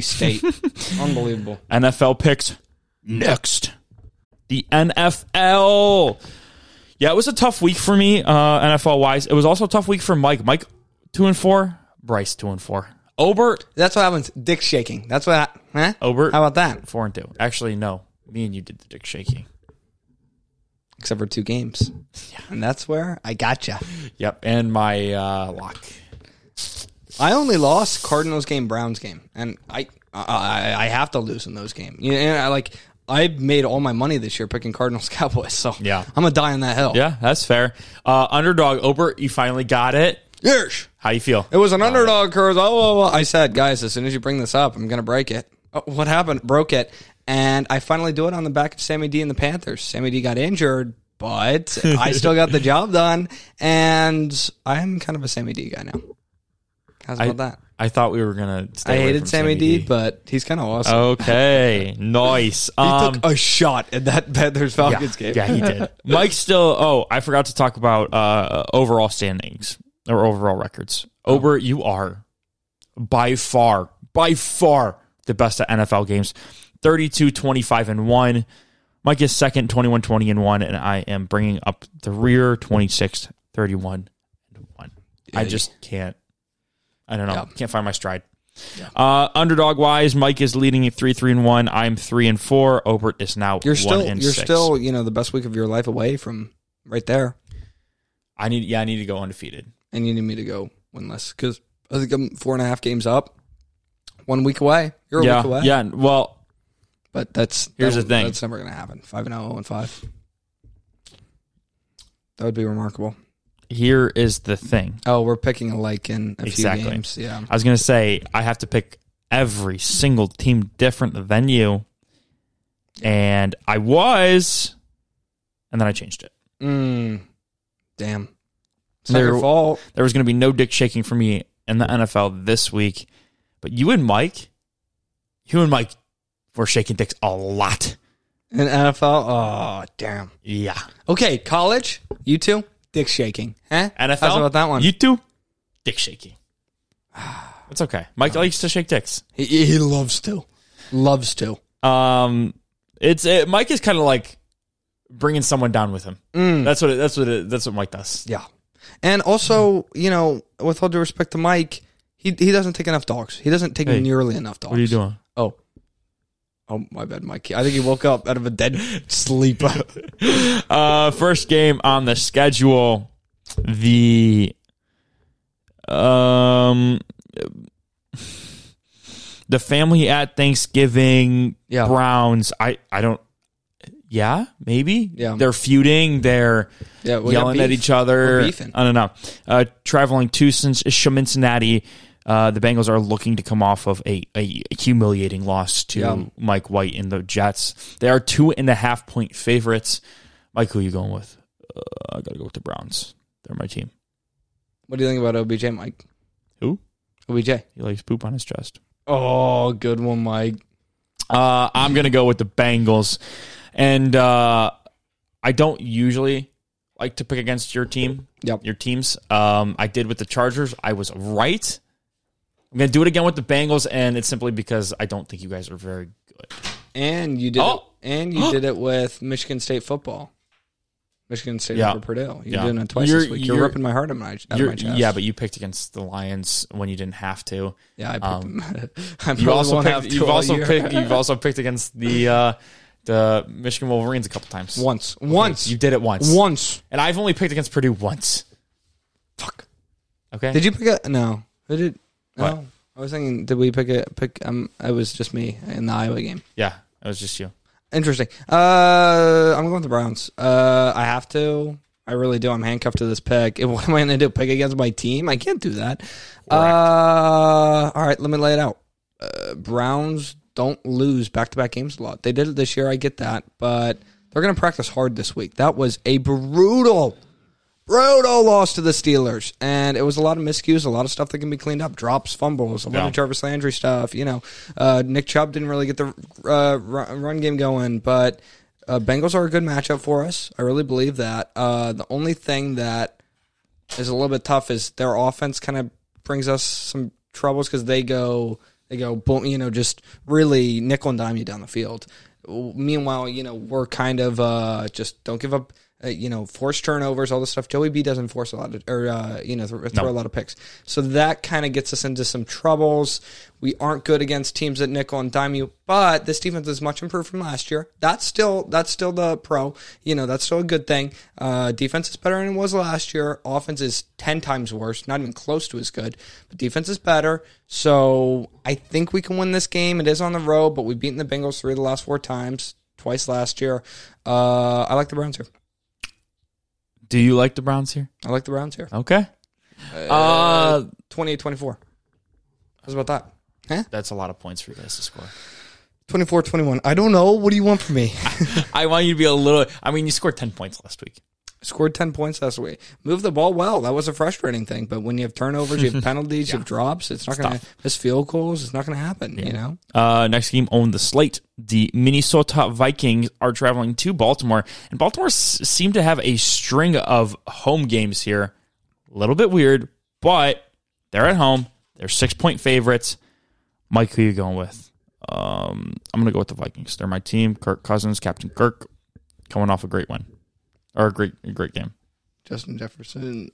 State. Unbelievable.
NFL picks next. The NFL. Yeah, it was a tough week for me, uh, NFL wise. It was also a tough week for Mike. Mike two and four. Bryce two and four. Obert
That's what happens. Dick shaking. That's what. I, huh?
Obert.
How about that?
four and two? Actually, no. Me and you did the dick shaking.
Except for two games. And that's where I gotcha.
Yep, and my uh, lock.
I only lost Cardinals game, Browns game, and I I, I have to lose in those games. You know, and I like I made all my money this year picking Cardinals Cowboys. So
Yeah.
I'm gonna die on that hill.
Yeah, that's fair. Uh, underdog Obert, you finally got it.
Yes.
How you feel?
It was an underdog curse. Oh, oh, oh. I said, guys, as soon as you bring this up, I'm going to break it. Oh, what happened? Broke it. And I finally do it on the back of Sammy D and the Panthers. Sammy D got injured, but I still got the job done. And I'm kind of a Sammy D guy now. How's about that?
I thought we were gonna. Stay
I
away
hated
from
Sammy, D,
D,
but he's kind of awesome.
okay, nice.
he
Um,
took a shot at that Panthers Falcons game.
yeah, he did. Mike still. Oh, I forgot to talk about uh, overall standings or overall records.
Oh.
Ober, you are by far, by far the best at NFL games. 32, 25, and 1. Mike is second, 21, 20, and 1. And I am bringing up the rear, 26, 31, and 1. I just can't. I don't know. Can't find my stride. Uh, underdog wise, Mike is leading at three, three, and one. I'm three and four. Obert is now
You're
one
still,
and
you're
six.
still, you know, the best week of your life away from right there.
I need yeah, I need to go undefeated.
and you need me to go winless because I think I'm four and a half games up, one week away. You're a
Yeah,
week away.
yeah. and- Well,
But that's
Here's
that'll-
the thing.
that's never gonna happen. Five and zero and five. That would be remarkable.
here is the thing.
Oh, we're picking alike in a
Exactly.
few games. Yeah,
I was gonna say I have to pick every single team different than you, and I was, and then I changed it.
mm, damn. It's not
There-
your fault.
There was gonna be no dick shaking for me in the NFL this week, but you and Mike, you and Mike, were shaking dicks a lot.
In NFL, oh damn.
Yeah,
Okay, college. You two, dick shaking. Huh?
NFL.
How's about that one?
You two, dick shaking. It's okay. Mike likes to shake dicks.
he, he loves to, loves to.
Um, it's it, Mike is kind of like bringing someone down with him.
Mm.
That's what it, that's what it, that's what Mike does.
Yeah. And also, you know, with all due respect to Mike, he he doesn't take enough dogs. He doesn't take
Hey,
nearly enough dogs.
What are you doing?
Oh. Oh, my bad, Mike. I think he woke up out of a dead sleep.
Uh, first game on the schedule, the um, the family at Thanksgiving
Yeah.
Browns. I I don't. Yeah, maybe.
Yeah.
they're feuding. They're
yeah, we got
yelling at
beef.
each other.
We're beefing.
I don't know. Uh, traveling to Cin- Cincinnati, uh, the Bengals are looking to come off of a, a humiliating loss to
Yeah.
Mike White and the Jets. They are two and a half point favorites. Mike, who are you going with? Uh, I gotta go with the Browns. They're my team.
What do you think about OBJ, Mike?
Who?
OBJ.
He likes poop on his chest.
Oh, good one, Mike.
Uh, I'm gonna go with the Bengals, and uh, I don't usually like to pick against your team.
Yep.
Your teams. Um, I did with the Chargers. I was right. I'm going to do it again with the Bengals, and it's simply because I don't think you guys are very good.
And you did
Oh.
it, and you did it with Michigan State football. Michigan State
Yeah.
over Purdue. You're
Yeah.
doing it twice
You're-
this week. You're,
you're-
ripping my heart out of my, out of
You're-
my chest.
yeah, but you picked against the Lions when you didn't have to.
yeah, I picked
um,
them. I
You also
have
picked,
to
you've
all
also
year.
picked you've also picked against the uh, the Michigan Wolverines a couple times.
once, once,
You did it once.
once.
And I've only picked against Purdue once.
Fuck.
Okay.
Did you pick a no? Who did? No.
What?
I was thinking, did we pick a pick? Um, it was just me in the Iowa game.
yeah, it was just you.
Interesting. Uh, I'm going with the Browns. Uh, I have to. I really do. I'm handcuffed to this pick. And What am I going to do? Pick against my team? I can't do that. Uh, all right. Let me lay it out. Uh, Browns don't lose back-to-back games a lot. They did it this year. I get that, but they're going to practice hard this week. That was a brutal, brutal loss to the Steelers, and it was a lot of miscues, a lot of stuff that can be cleaned up, drops, fumbles, a lot
Yeah.
of Jarvis Landry stuff. You know, uh, Nick Chubb didn't really get the uh, ru- run game going, but uh, Bengals are a good matchup for us. I really believe that. Uh, the only thing that is a little bit tough is their offense kind of brings us some troubles because they go they go boom, you know just really nickel and dime you down the field. Meanwhile, you know we're kind of uh, just don't give up. Uh, you know, force turnovers, all this stuff. Joey B doesn't force a lot of, or uh, you know, th- throw a lot of picks. So that kind of gets us into some troubles. We aren't good against teams that nickel and dime you, but this defense is much improved from last year. That's still that's still the pro. You know, that's still a good thing. Uh, defense is better than it was last year. Offense is ten times worse, not even close to as good. But defense is better, so I think we can win this game. It is on the road, but we've beaten the Bengals three of the last four times, twice last year. Uh, I like the Browns here.
Do you like the Browns here?
I like the Browns here.
Okay. Uh,
28-24. How's about that? Huh?
that's a lot of points for you guys to score.
24-21. I don't know. What do you want from me?
I want you to be a little. I mean, you scored ten points last week.
scored 10 points last week. Move the ball well. That was a frustrating thing. But when you have turnovers, you have penalties, you have drops, it's not going to miss field goals. It's not going to happen, you know?
Uh, next game on the slate, the Minnesota Vikings are traveling to Baltimore, and Baltimore s- seem to have a string of home games here. A little bit weird, but they're at home. They're six point favorites. Mike, who you going with? Um, I'm gonna go with the Vikings. They're my team. Kirk Cousins, Captain Kirk, coming off a great win or a great, a great game.
Justin Jefferson.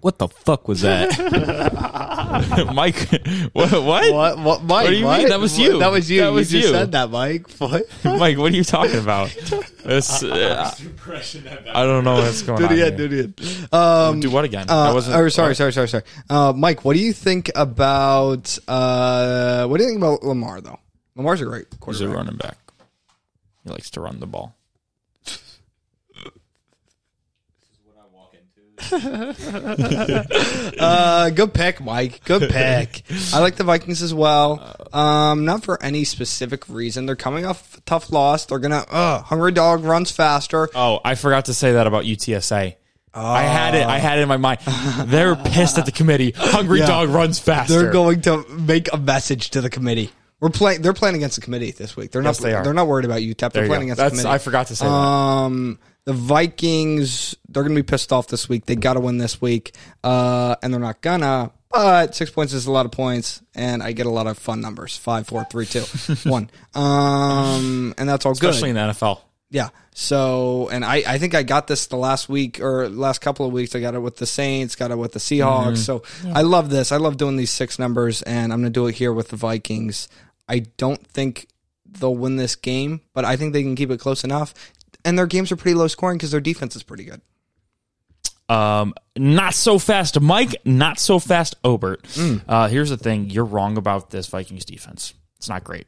What the fuck was that?
Mike, what? What?
What? What? Mike?
What do you mean? That was you.
That was you.
That was
you just
you.
said that, Mike. What?
Mike, what are you talking about? This, uh, I don't know what's going
do it
on.
again. Do
here.
it again. Um,
Do what again?
uh,
I wasn't.
or sorry, sorry, sorry, sorry. Uh, Mike, what do you think about uh, what do you think about Lamar though?
Lamar's a great
He's a
quarterback.
running back. He likes to run the ball.
Uh, good pick, Mike. Good pick.
I like the Vikings as well. Um, not for any specific reason. They're coming off a tough loss. They're gonna uh, hungry dog runs faster.
Oh, I forgot to say that about UTSA. I had it. I had it in my mind. They're pissed at the committee. Hungry dog runs faster.
They're
Ah. Going to make a message to the committee. We're playing. They're playing against the committee this week. They're
Yes,
not.
they are.
are not worried about UTEP.
There
They're
you
playing
go.
against the
That's,
committee.
I forgot to say that.
Um, the Vikings, they're going to be pissed off this week. They got to win this week, uh, and they're not gonna. But six points is a lot of points, and I get a lot of fun numbers: five, four, three, two, one. Um, and that's all good.
Especially in the NFL.
Yeah. So, and I, I think I got this the last week or last couple of weeks. I got it with the Saints, got it with the Seahawks. So I love this. I love doing these six numbers, and I'm going to do it here with the Vikings. I don't think they'll win this game, but I think they can keep it close enough. And their games are pretty low scoring because their defense is pretty good.
Um, not so fast, Mike. Not so fast, Obert.
Mm.
Uh, here's the thing: you're wrong about this Vikings defense. It's not great.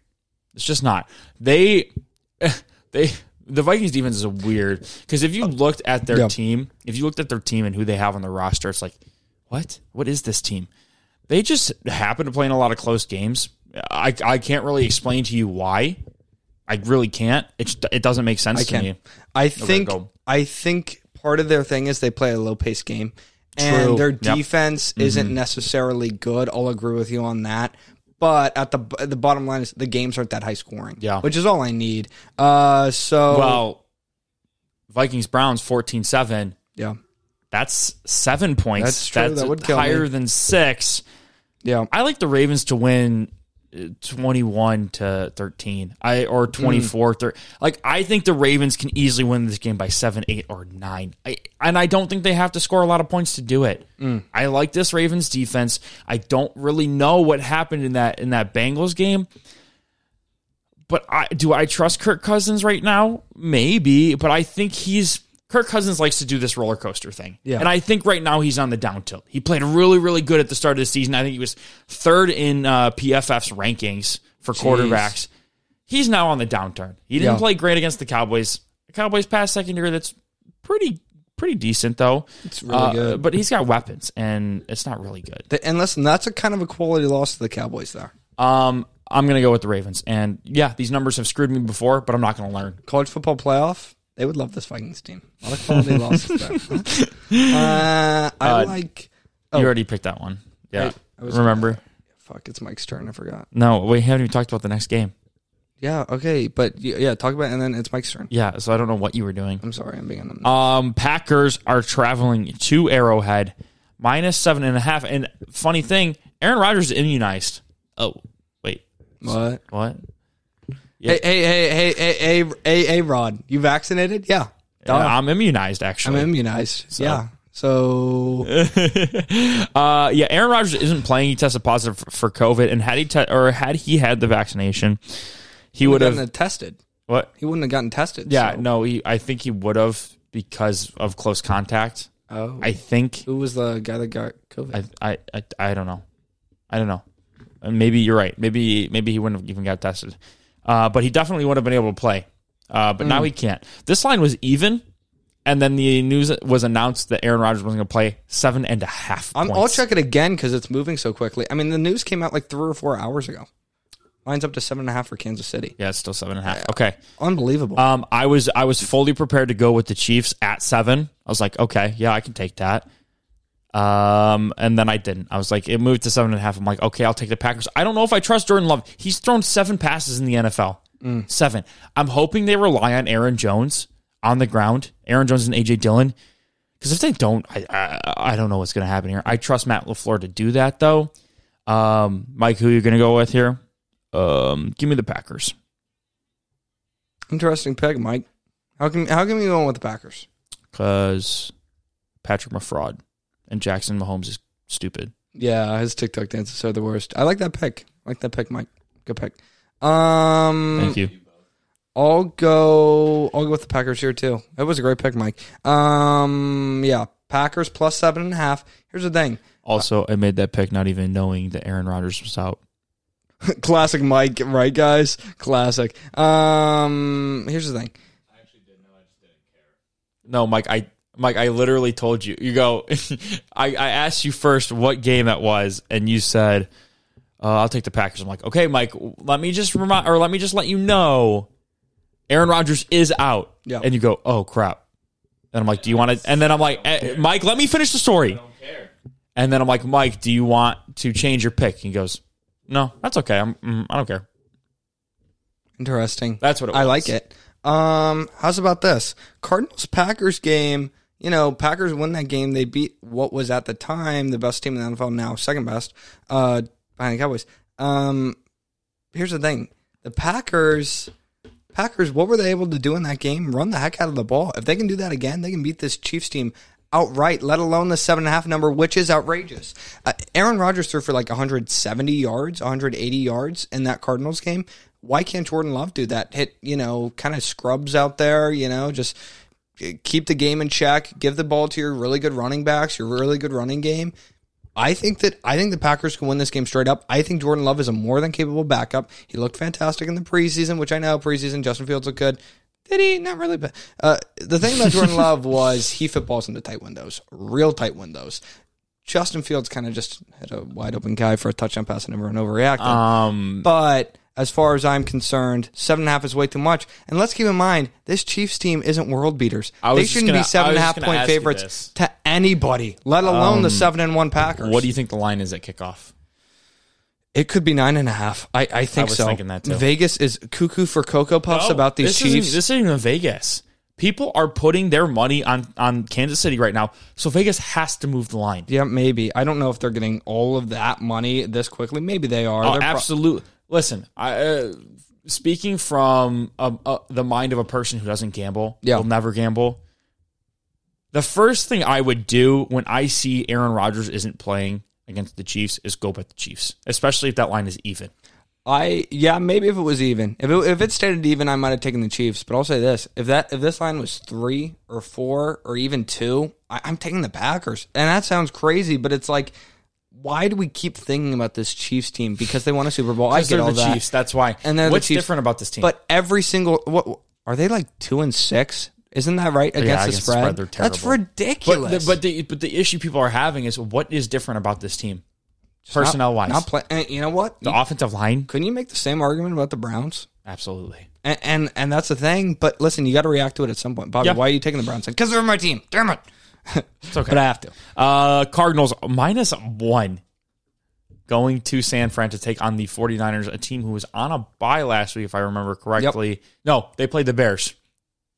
It's just not. They, they, the Vikings defense is weird because if you looked at their
Yeah.
team, if you looked at their team and who they have on the roster, it's like, what? What is this team? They just happen to play in a lot of close games. I I can't really explain to you why. I really can't. It just- it doesn't make sense
I
to
can.
me.
I think
go.
I think part of their thing is they play a low paced game, and
True.
their
Yep. Mm-hmm.
defense isn't necessarily good. I'll agree with you on that. But at the at the bottom line is the games aren't that high scoring.
Yeah.
which is all I need. Uh, so
Well, Vikings Browns 14 7.
yeah,
That's seven points.
That's
true. That would kill
higher
me.
than six.
Yeah.
I like the Ravens to win uh, 21 to 13 I
Hmm.
or 24 thir- like I think the Ravens can easily win this game by 7 8 or 9 I, and I don't think they have to score a lot of points to do it
Hmm.
I like this Ravens defense I don't really know what happened in that in that Bengals game but I do I trust Kirk Cousins right now? Maybe, but I think he's Kirk Cousins likes to do this roller coaster thing.
Yeah.
And I think right now he's on the down tilt. He played really, really good at the start of the season. I think he was third in uh, PFF's rankings for quarterbacks. He's now on the downturn. He didn't
Yeah.
play great against the Cowboys. The Cowboys pass secondary that's pretty pretty decent though. It's
really good.
But he's got weapons and it's not really good.
Th- And listen, that's a kind of a quality loss to the Cowboys there.
Um I'm gonna go with the Ravens. And yeah, these numbers have screwed me before, but I'm not gonna learn.
College football playoff, they would love this Vikings team. A lot of quality losses there. Uh, I
Uh,
like.
You already picked that one. Yeah.
Oh. Right. I was-
Remember?
Fuck, it's Mike's turn. I forgot.
No, we haven't even talked about the next game.
Yeah, okay, but y- yeah, talk about and then it's Mike's turn.
Yeah, so I don't know what you were doing.
I'm sorry, I'm being on the.
Um, Packers are traveling to Arrowhead, minus seven and a half. And funny thing, Aaron Rodgers is immunized. Oh, wait,
what?
what?
Hey, hey, hey, hey, hey, hey, hey, hey, Rod, you vaccinated? Yeah,
Yeah, I'm immunized actually.
I'm immunized. Yeah, so
Uh, yeah, Aaron Rodgers isn't playing. He tested positive for- for COVID, and had he te- or had he had the vaccination, he would
gotten
have
it tested.
what?
He wouldn't have gotten tested.
Yeah,
so-
no, he. I think he would have because of close contact.
Oh,
I think
who was the guy that got COVID?
I, I, I, I don't know. I don't know. Uh, Maybe you're right. Maybe maybe he wouldn't have even got tested. Uh, but he definitely would have been able to play. Uh, but
Hmm.
now he can't. This line was even, and then the news was announced that Aaron Rodgers wasn't going to play seven and a half.
I'm, I'll
points.
check it again because it's moving so quickly. I mean, the news came out like three or four hours ago. Lines up to seven and a half for Kansas City.
Yeah, it's still seven and a half. Okay.
Unbelievable.
Um, I was I was fully prepared to go with the Chiefs at seven. I was like, okay, yeah, I can take that. Um, and then I didn't. I was like, it moved to seven and a half. I'm like, okay, I'll take the Packers. I don't know if I trust Jordan Love. He's thrown seven passes in the NFL. Seven. I'm hoping they rely on Aaron Jones on the ground. Aaron Jones and AJ Dillon. Because if they don't, I, I I don't know what's going to happen here. I trust Matt Lafleur to do that though. Um, Mike, who are you going to go with here? Um, give me the Packers.
Interesting pick, Mike. How can how can we go on with the Packers?
because Patrick Mafraud and Jackson Mahomes is stupid.
Yeah, his TikTok dances are the worst. I like that pick. I like that pick, Mike. Good pick. Um,
Thank you.
I'll go. I'll go with the Packers here too. That was a great pick, Mike. Um, yeah, Packers plus seven and a half. Here's the thing.
Also, I made that pick not even knowing that Aaron Rodgers was out.
Classic Mike, right, guys? Classic. Um, here's the thing.
No, Mike, I Mike, I literally told you. You go. I, I asked you first what game that was, and you said, uh, "I'll take the Packers." I'm like, "Okay, Mike, let me just remind or let me just let you know, Aaron Rodgers is out."
Yeah.
And you go, "Oh crap." And I'm like, "Do you want to?" And then I'm like, eh, "Mike, let me finish the story." And then I'm like, "Mike, do you want to change your pick?" He goes, "No, that's okay. I'm, mm, I don't care."
Interesting.
That's what it was.
I like it. Um, how's about this Cardinals Packers game? You know, Packers win that game. They beat what was at the time the best team in the NFL now, second best, uh, behind the Cowboys. Um, here's the thing: the Packers, Packers, what were they able to do in that game? Run the heck out of the ball. If they can do that again, they can beat this Chiefs team outright. Let alone the seven and a half number, which is outrageous. Uh, Aaron Rodgers threw for like 170 yards, 180 yards in that Cardinals game. Why can't Jordan Love do that? Hit you know, kind of scrubs out there. You know, just eh, keep the game in check. Give the ball to your really good running backs. Your really good running game. I think that I think the Packers can win this game straight up. I think Jordan Love is a more than capable backup. He looked fantastic in the preseason, which I know preseason Justin Fields looked good. Did he? Not really. But uh, the thing about Jordan Love was he fit balls into tight windows, real tight windows. Justin Fields kind of just had a wide open guy for a touchdown pass and everyone overreacted.
Um,
But as far as I'm concerned, seven and a half is way too much. And let's keep in mind, this Chiefs team isn't world beaters.
I was
They
just
shouldn't
gonna-
be seven
I was
and a
just
half
gonna
point
ask you
favorites
this.
to anybody, let alone the seven and one Packers.
Um, what do you think the line is at kickoff?
It could be nine and a half. I, I think
was
so.
thinking that, too.
Vegas is cuckoo for cocoa puffs about these
Oh, this
Chiefs.
Isn't, this isn't even Vegas. People are putting their money on on Kansas City right now, so Vegas has to move the line.
Yeah, maybe. I don't know if they're getting all of that money this quickly. Maybe they are.
Oh,
They're pro-
absolutely. Listen, I, uh, speaking from um, uh, the mind of a person who doesn't gamble,
Yeah.
will never gamble. The first thing I would do when I see Aaron Rodgers isn't playing against the Chiefs is go bet the Chiefs, especially if that line is even.
I yeah, maybe if it was even. If it, if it stated even, I might have taken the Chiefs. But I'll say this: if that if this line was three or four or even two, I, I'm taking the Packers. And that sounds crazy, but it's like, why do we keep thinking about this Chiefs team because they won a Super Bowl? I
Because
get
they're
all
the
that.
Chiefs. That's why.
And they're the
what's
Chiefs.
different about this team?
But every single what are they like two and six? Isn't that right against, the,
against the
spread?
spread, they're
That's
terrible. but the,
ridiculous.
but the but the issue people are having is what is different about this team, personnel wise.
not play. and You know what?
the
You-
offensive line,
couldn't you make the same argument about the Browns?
absolutely.
And, and and that's the thing. But listen, you got to react to it at some point. Bobby,
Yeah.
why are you taking the Browns? Because they're my team. Damn it.
It's okay.
But I have to.
Uh, Cardinals minus one going to San Fran to take on the 49ers, a team who was on a bye last week, if I remember correctly. No, they played the Bears.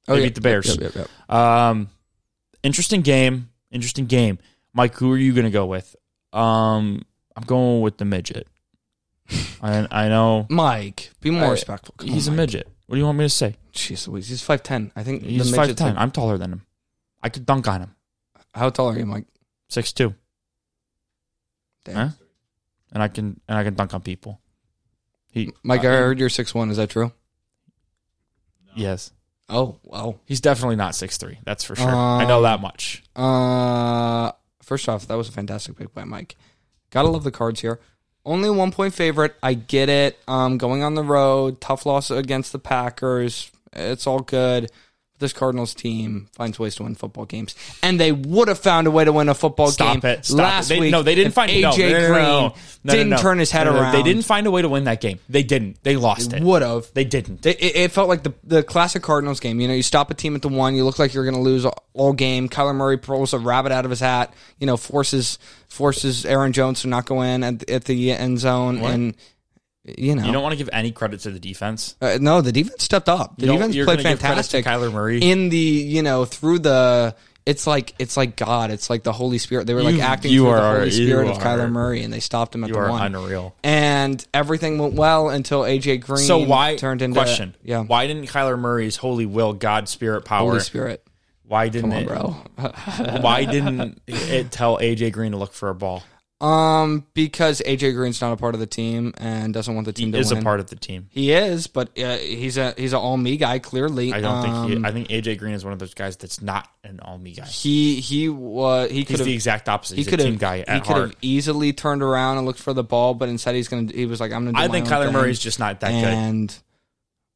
They
yeah.
beat the Bears.
Yep, yep, yep,
Um, interesting game. Interesting game. Mike, who are you going to go with? Um, I'm going with the midget. I, I know
Mike, be more
I-
respectful. Come
Uh, he's
on,
a
Mike.
midget. What do you want me to say?
Jeez Louise, he's five ten. I think
He's
the
five
midget's
ten.
like-
I'm taller than him. I could dunk on him.
how tall are you, Mike?
Six two.
Damn.
Huh? And I can and I can dunk on people. He
Mike, I
uh,
heard you're six one. Is that true?
Yes.
Oh wow.
He's definitely not six three. That's for sure. I
Um,
know that much.
Uh, first off, that was a fantastic pick by Mike. Gotta love the cards here. Only one point favorite. I get it. Um, going on the road, tough loss against the Packers. It's all good. This Cardinals team finds ways to win football games, and they would have found a way to win a football
Stop
game
it. Stop
last
it. They,
week.
no, they didn't
if
find
AJ
no, no, no, no, no,
Green
no, no,
didn't
no, no.
turn his head
No, no, no.
around.
They didn't find a way to win that game. They didn't. They lost it.
Would have.
They didn't.
They- It, it felt like the the classic Cardinals game. You know, you stop a team at the one, you look like you're going to lose all- all game. Kyler Murray pulls a rabbit out of his hat. You know, forces forces Aaron Jones to not go in at, at the end zone, and you know,
you don't want to give any credit to the defense.
uh, no, the defense stepped up.
You
The
don't-
defense
you're
played
gonna give credit to
fantastic.
Kyler Murray.
in the you know through the. It's like it's like God. It's like the Holy Spirit. They were like
You-
acting
you
through
are-
the Holy
you
Spirit of
are-
Kyler Murray, and they stopped him at
You
the
are
one.
unreal.
And everything went well until AJ Green.
So why
turned into
question?
Yeah,
Why didn't Kyler Murray's holy will, God, spirit, power?
Holy Spirit.
why didn't
Come
it?
on, bro.
why didn't it tell AJ Green to look for a ball?
Um, because AJ Green's not a part of the team and doesn't want the team
He
to
is
win.
a part of the team.
He is, but uh, he's a he's an all me guy. Clearly,
I don't think
Um,
he. I think AJ Green is one of those guys that's not an all me guy.
he he was he could
He's the
have.
exact opposite.
He
He's a
could
team
have.
guy
He
at
could
heart.
have easily turned around and looked for the ball, but instead he's gonna. He was like, "I'm gonna." Do
I
my
think
own
Kyler
thing.
Murray's just not that good.
And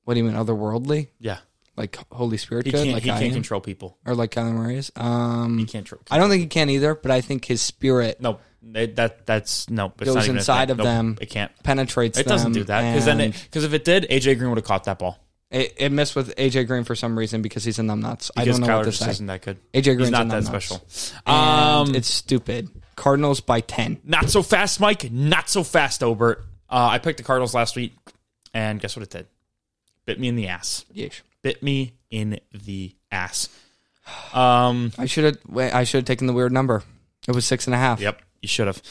what do you mean, otherworldly?
Yeah,
Like Holy Spirit
he
good?
can't.
like
he
I
can't
am?
control people.
or like Kyler Murray's? Um,
He can't. Tr-
I don't think he can either, but I think his spirit
no, it- that that's no. It's
Goes
not even a
inside
thing.
of
Nope,
them.
It can't.
penetrates.
It doesn't
them,
do that because then
and-
because if it did, AJ Green would have caught that ball
It, it messed with AJ Green for some reason because he's a numbnuts. I
because
don't know
Kyler
what to
just
say.
isn't that good.
AJ Green's
He's
a
not that
numbnuts.
special.
And
Um,
it's stupid. Cardinals by ten.
not so fast, Mike. Not so fast, Obert. Uh, I picked the Cardinals last week, and guess what it did? Bit me in the ass.
Yeesh.
Bit me in the ass. Um.
I should have. I should have taken the weird number. It was six and a half.
Yep, you should have.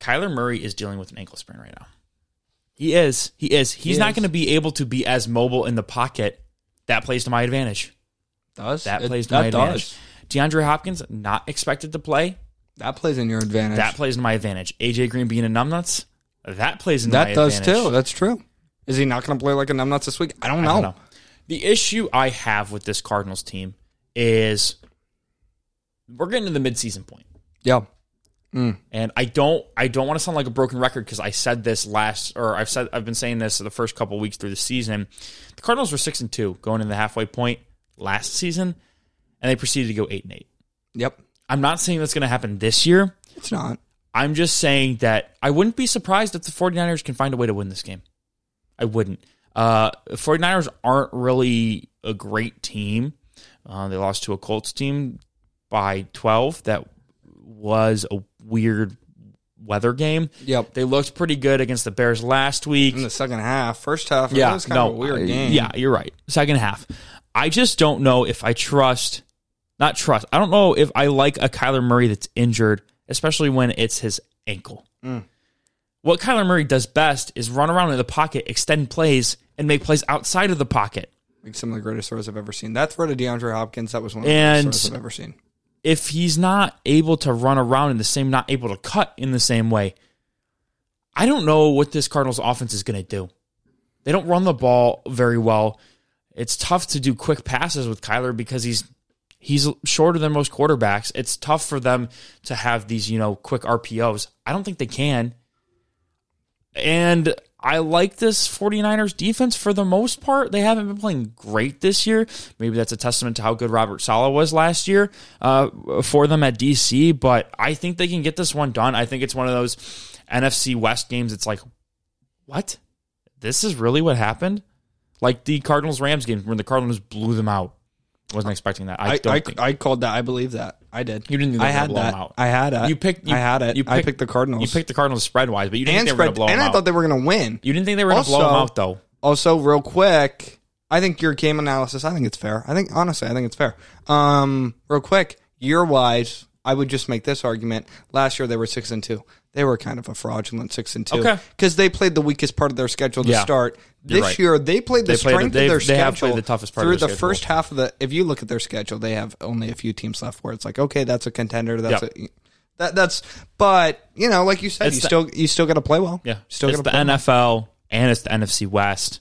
Kyler Murray is dealing with an ankle sprain right now. He is. He is. He's
He
not
is.
going to be able to be as mobile in the pocket. That plays to my advantage.
Does
That
It-
plays to
that
my
does.
advantage. DeAndre Hopkins not expected to play.
That plays in your advantage.
That plays to my advantage. AJ Green being a numbnuts. That plays in
That
my
does
advantage.
too. That's true. Is he not going to play like a numbnuts this week? I don't know.
I don't know. The issue I have with this Cardinals team is we're getting to the midseason point.
Yeah.
And I don't I don't want to sound like a broken record because I said this last or I've said I've been saying this the first couple weeks through the season. The Cardinals were six and two going in the halfway point last season, and they proceeded to go eight and eight.
Yep.
I'm not saying that's gonna happen this year.
It's not.
I'm just saying that I wouldn't be surprised if the 49ers can find a way to win this game. I wouldn't. Uh, 49ers aren't really a great team. Uh, they lost to a Colts team by 12. That was a weird weather game.
Yep.
They looked pretty good against the Bears last week.
In the second half, first half, it was kind of a weird
I-
game.
Yeah, you're right. Second half. I just don't know if I trust, not trust. I don't know if I like a Kyler Murray that's injured, especially when it's his ankle.
Mm.
What Kyler Murray does best is run around in the pocket, extend plays, and make plays outside of the pocket.
Like some of the greatest throws I've ever seen. That throw to DeAndre Hopkins, that was one of the
And-
greatest throws I've ever seen.
if he's not able to run around in the same, not able to cut in the same way, I don't know what this Cardinals offense is going to do. They don't run the ball very well. It's tough to do quick passes with Kyler because he's he's shorter than most quarterbacks. It's tough for them to have these, you know, quick RPOs. I don't think they can. And I like this 49ers defense for the most part. They haven't been playing great this year. Maybe that's a testament to how good Robert Sala was last year uh, for them at DC, but I think they can get this one done. I think it's one of those NFC West games. It's like, what? This is really what happened? Like the Cardinals Rams game when the Cardinals blew them out. Wasn't expecting that. I,
I,
don't
I,
think
I called that. I believe that. I did.
You didn't think they
I
were gonna
had
blow
that.
them out.
I had it.
You picked- you-
I had it.
you
I
picked-
picked the Cardinals.
you picked the Cardinals spread wise, but you didn't
and
think they were going
spread.
to blow
And
them
I
out.
thought they were going to win.
you didn't think they were going to blow them
Also-
out though.
Also, real quick, I think your game analysis. I think it's fair. I think honestly, I think it's fair. Um, real quick, year wise, I would just make this argument. Last year they were six and two. They were kind of a fraudulent six and two
Okay.
because they played the weakest part of their schedule to
Yeah.
start.
You're
This
right.
year they played the
They played-
strength of their
they've- they
schedule.
have played the toughest part of
through
their
the
schedule.
first half of the. If you look at their schedule, they have only a few teams left where it's like, okay, that's a contender. That's
Yep.
a, that that's. But you know, like you said,
It's
you
the-
still you still got to play well.
Yeah,
still
it's
got
the
to play.
NFL and it's the NFC West.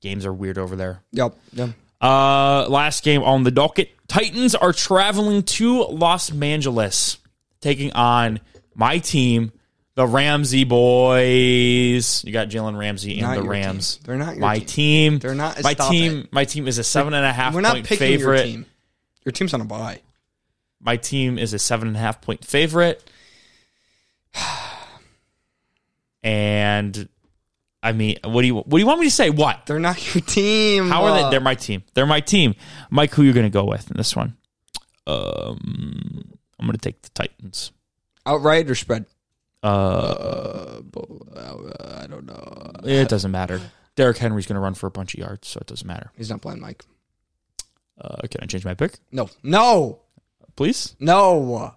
Games are weird over there.
Yep. Yep.
Uh, last game on the docket: Titans are traveling to Los Angeles, taking on my team, the Ramsey boys. You got Jalen Ramsey and
Not
the
your
Rams.
team. They're not your
my
team.
team.
They're not-
my
stop
team. My team is a seven and a half
We're not
point
picking
favorite.
your team. Your team's on a bye.
My team is a seven and a half point favorite. And I mean, what do you what do you want me to say? What?
They're not your team.
How are they?
Uh,
They're my team. They're my team. Mike, who you going to go with in this one? Um, I'm going to take the Titans.
outright or spread?
Uh,
I don't know.
it doesn't matter. Derrick Henry's going to run for a bunch of yards, so it doesn't matter.
He's not playing Mike.
Uh, can I change my pick,
No. No.
please?
No.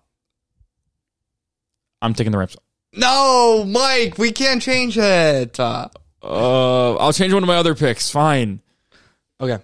I'm taking the Rams.
No, Mike, we can't change it. Uh,
Uh, I'll change one of my other picks. Fine.
okay.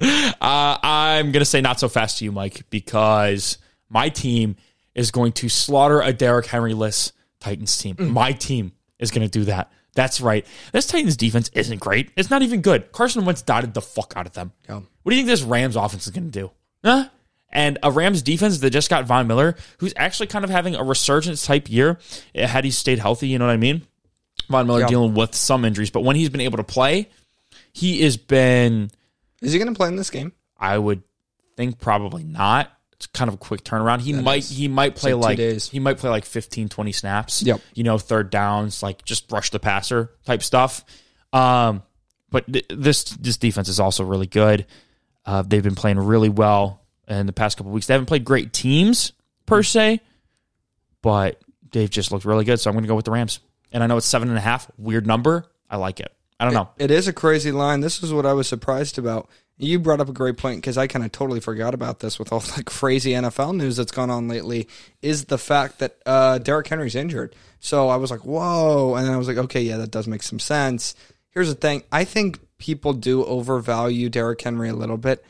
Uh, I'm going to say not so fast to you, Mike, because my team is going to slaughter a Derrick Henry-less Titans team. My team is going to do that. That's right. This Titans defense isn't great. It's not even good. Carson Wentz dotted the fuck out of them.
Yeah.
What do you think this Rams offense is going to do? Huh? And a Rams defense that just got Von Miller, who's actually kind of having a resurgence type year, eh, had he stayed healthy. You know what I mean? Von Miller dealing with some injuries, but when he's been able to play, he has been.
Is he going to play in this game?
I would think probably not. It's kind of a quick turnaround. He might he might play
like two
like
days.
he might play like 15 20 snaps.
Yep.
You know, third downs, like just rush the passer type stuff. Um but th- this this defense is also really good. Uh, they've been playing really well in the past couple weeks. They haven't played great teams per se, but they've just looked really good. So I'm going to go with the Rams. And I know it's seven and a half, weird number. I like it. I don't know.
It is a crazy line. This is what I was surprised about. You brought up a great point because I kind of totally forgot about this with all the crazy NFL news that's gone on lately. Is the fact that uh, Derrick Henry's injured? So I was like, whoa, and then I was like, okay, yeah, that does make some sense. Here's the thing: I think people do overvalue Derrick Henry a little bit.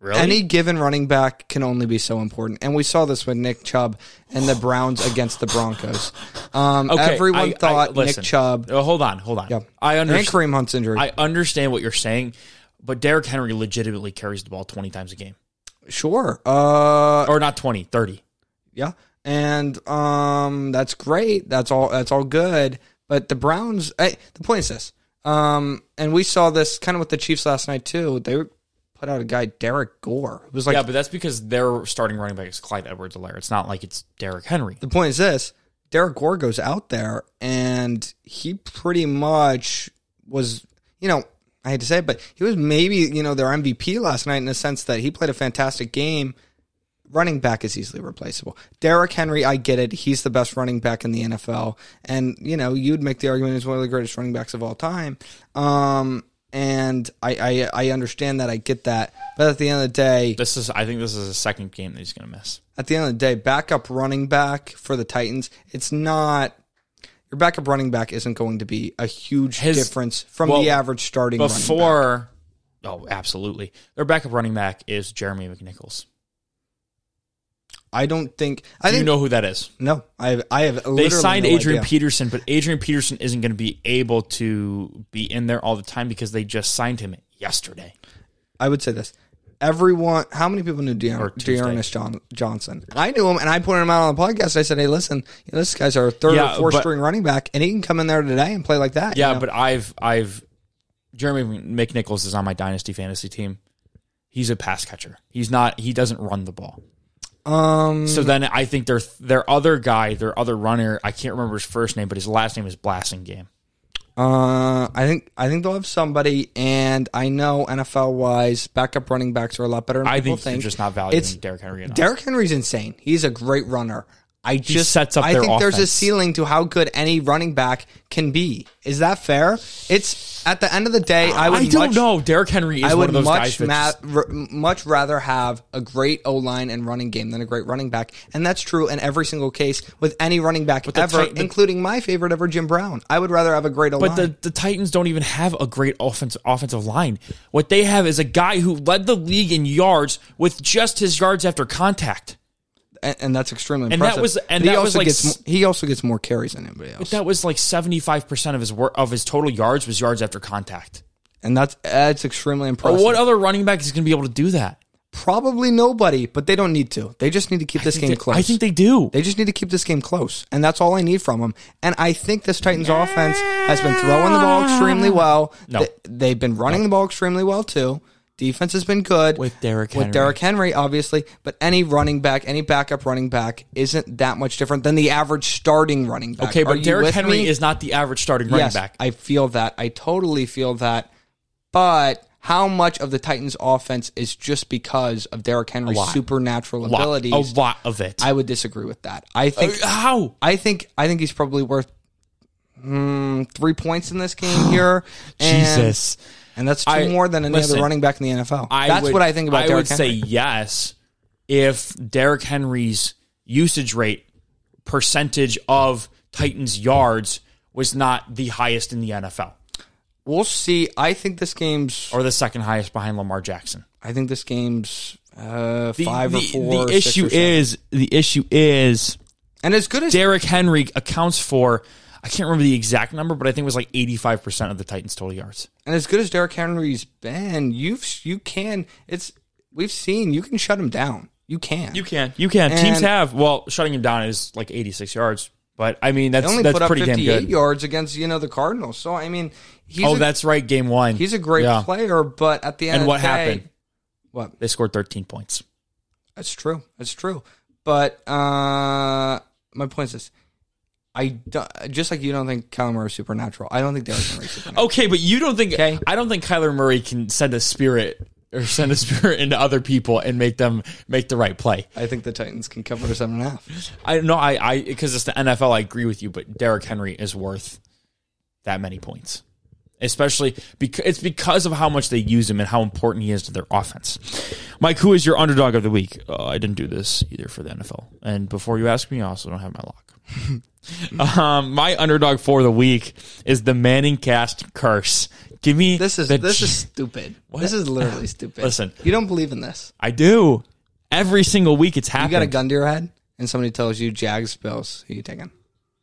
Really?
Any given running back can only be so important, and we saw this with Nick Chubb and the Browns against the Broncos. Um, everyone
I- I-
thought Nick
listen.
Chubb.
Oh, hold on, hold on.
Yep.
I
And
understand.
Kareem Hunt's injury.
I understand what you're saying, but Derrick Henry legitimately carries the ball 20 times a game.
Sure. Uh,
Or not 20, 30.
yeah, and um, that's great. That's all. That's all good. But the Browns. Hey, the point is this. Um, and we saw this kind of with the Chiefs last night too. They put out a guy Derek Gore. It was like
yeah, but that's because their starting running back is Clyde Edwards Alaire. It's not like it's Derrick Henry.
the point is this. Derek Gore goes out there and he pretty much was, you know, I hate to say it, but he was maybe, you know, their MVP last night in the sense that he played a fantastic game. running back is easily replaceable. Derrick Henry, I get it. He's the best running back in the NFL. And, you know, you'd make the argument he's one of the greatest running backs of all time. Um, and I, I I understand that I get that, but at the end of the day,
This is I think this is the second game that he's going to miss.
at the end of the day, backup running back for the Titans, it's not your backup running back isn't going to be a huge
His-
difference from
well,
the average starting running back.
Before, oh, absolutely, their backup running back is Jeremy McNichols.
I don't think I
Do you
think
know who that is?
no. I have, I have
They
literally
signed
no
Adrian
idea.
Peterson, but Adrian Peterson isn't going to be able to be in there all the time because they just signed him yesterday.
I would say this. Everyone, how many people knew
Or
Dear-
Tuesday.
Dearness John, Johnson? I knew him, and I pointed him out on the podcast. I said, "Hey, listen, you know, this guy's our third
Yeah,
or fourth
but-
string running back, and he can come in there today and play like that." you
Yeah,
know?
but I've I've Jeremy McNichols is on my dynasty fantasy team. He's a pass catcher. He's not. He doesn't run the ball.
um,
So then I think their their other guy, their other runner, I can't remember his first name, but his last name is Blasting Game.
uh, I think I think they'll have somebody, and I know NFL wise, backup running backs are a lot better. Than
I
people
think they're just not valuing
It's
Derrick Henry enough.
Derrick Henry's insane. He's a great runner. I just
sets up
I
their
think there's a
offense.
ceiling to how good any running back can be. Is that fair? It's at the end of the day, I would
I don't
much-
know. Derrick Henry is
I
one
would
of those guys
much
that
ma-
just-
r- much rather have a great O line and running game than a great running back, and that's true in every single case with any running back
the
ever,
Titan-
including my favorite ever, Jim Brown. I would rather have a great O line.
But the, the Titans don't even have a great offense, offensive line. What they have is a guy who led the league in yards with just his yards after contact.
and, and that's extremely
that
impressive.
was- and
But he
that
also
was like
gets
s-
mo- he also gets more carries than anybody else,
That was like 75% of his work, of his total yards was yards after contact.
and that's that's extremely impressive.
What other running back is going to be able to do that?
Probably nobody, but they don't need to. They just need to keep this game
I think they-
close.
I think they do.
They just need to keep this game close, and that's all I need from them. And I think this Titans offense has been throwing the ball extremely well.
No.
They, have been running the ball extremely well too. Defense has been good
With Derrick Henry.
With Derrick Henry, obviously, but any running back, any backup running back, isn't that much different than the average starting running back.
okay,
Are
but
you
Derrick
with
Henry
me?
is not the average starting running
yes,
back.
I feel that. I totally feel that. But how much of the Titans' offense is just because of Derrick Henry's
lot. A
supernatural
lot,
abilities?
a lot of it. Uh,
I would disagree with that. I think
How?
I think I think he's probably worth mm, three points in this game here. And,
Jesus.
and that's two
I-
more than any
listen,
other running back in the NFL.
I
that's
would-
what I think about.
I
Derrick
would
Henry.
say yes if Derrick Henry's usage rate percentage of Titans yards was not the highest in the NFL
we'll see. I think this game's.
or the second highest behind Lamar Jackson.
I think this game's uh,
The,
five or
the-
four.
the
six
issue
or seven.
is the issue is
and as good as
Derrick Henry accounts for I can't remember the exact number, but I think it was like eighty five percent of the Titans' total yards.
and as good as Derrick Henry's been, you've you can. It's we've seen you can shut him down. You can.
can, you can. Teams
And-
have well, shutting him down is like eighty six yards, but I mean that's
They only
that's
put up
pretty damn
fifty-eight
good.
yards against you know the Cardinals. So I mean, he's
Oh,
a,
that's right, game one.
he's a great
Yeah.
player, but at the
And
end of
what
the day,
happened?
What?
They scored 13 points.
That's true. That's true. But uh my point is this. I do- just like you don't think Kyler Murray is supernatural. I don't think Derrick Henry is supernatural.
Okay, but you don't think
Okay.
I don't think Kyler Murray can send a spirit or send a spirit into other people and make them make the right play.
I think the Titans can cover seven and a half.
I no, I I because it's the NFL. I agree with you, but Derrick Henry is worth that many points, especially because it's because of how much they use him and how important he is to their offense. Mike, who is your underdog of the week? Uh, I didn't do this either for the NFL, and before you ask me, I also don't have my lock. um, my underdog for the week is the Manning cast curse. Give me
This is
the
this
J-
is stupid. This is literally stupid.
Listen.
you don't believe in this.
I do every single week. It's
You got a
happening.
gun to your head, and somebody tells you Jags Bills. Who you taking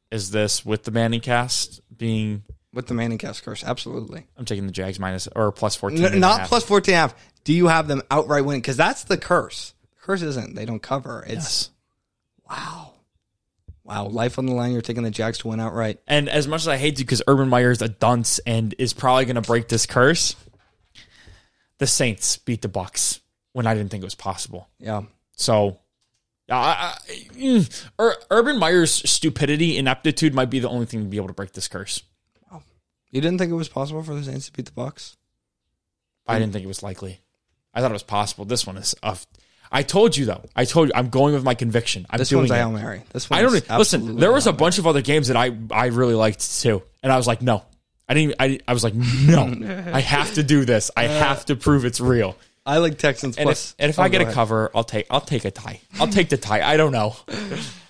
is this with the Manning cast being?
with the Manning cast curse? Absolutely.
I'm taking the Jags minus or plus fourteen.
N-
and a
not
half.
plus 14 and a half. Do you have them outright winning? Because that's the curse. The curse isn't they don't cover. It's wow, wow. Life on the line. You're taking the Jags to win outright.
And as much as I hate to, because Urban Meyer is a dunce and is probably going to break this curse, the Saints beat the Bucks when I didn't think it was possible.
Yeah.
So, I, I, mm, Ur- Urban Meyer's stupidity and aptitude might be the only thing to be able to break this curse.
You didn't think it was possible for the Saints to beat the Bucks?
I didn't think it was likely. I thought it was possible. This one is. Uh, I told you though. I told you. I'm going with my conviction. I'm
This
doing
one's a
it.
Hail Mary. This one
I don't listen. There was a bunch of other games that I I really liked too, and I was like, no, I didn't. I, I was like, no, I have to do this. I have to prove it's real.
I like Texans
And
plus.
if, and if I
Oh,
get
go
a
ahead.
cover, I'll take. I'll take a tie. I'll take the tie. I don't know.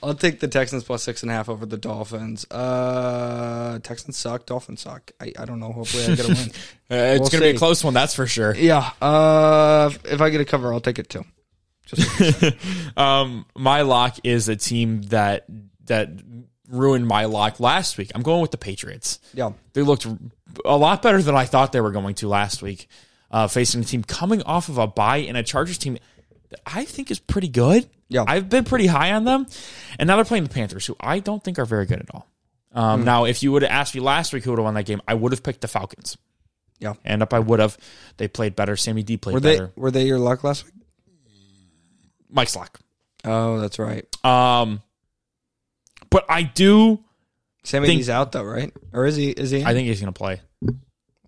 I'll take the Texans plus six and a half over the Dolphins. Uh, Texans suck. Dolphins suck. I, I don't know. Hopefully, I get a win.
Uh, it's
We'll
gonna be
see.
a close one, that's for sure.
yeah. Uh, if I get a cover, I'll take it too.
Um, my lock is a team that that ruined my lock last week. I'm going with the Patriots.
Yeah.
They looked a lot better than I thought they were going to last week, uh, facing a team coming off of a bye and a Chargers team that I think is pretty good.
Yeah.
I've been pretty high on them, and now they're playing the Panthers, who I don't think are very good at all.
Hmm.
Um, Now, if you would have asked me last week who would have won that game, I would have picked the Falcons.
Yeah.
and up I would have. They played better. Sammy D played
Were they
better.
Were they your luck last week?
Mike's lock.
Oh, that's right.
Um, but I do.
Sammy
Think-
D's out though, right? Or is he? Is he?
I think he's going to play.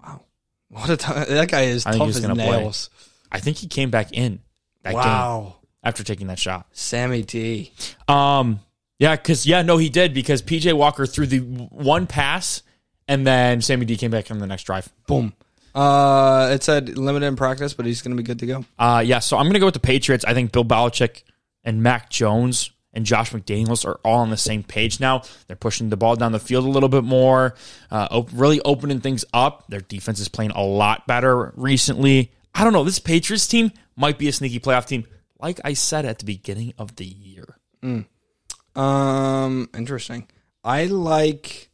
wow. What a t- that guy is
I think
tough
he's
as
gonna play.
nails.
I think he came back in that game
Wow.
after taking that shot.
Sammy D.
Um, yeah, because yeah, no, he did because PJ Walker threw the one pass, and then Sammy D came back on the next drive.
Boom. Uh, it said limited in practice, but he's going to be good to go.
Uh, yeah, so I'm going to go with the Patriots. I think Bill Belichick and Mac Jones and Josh McDaniels are all on the same page now. They're pushing the ball down the field a little bit more, uh, op- really opening things up. Their defense is playing a lot better recently. I don't know. This Patriots team might be a sneaky playoff team, like I said at the beginning of the year.
Um, interesting. I like,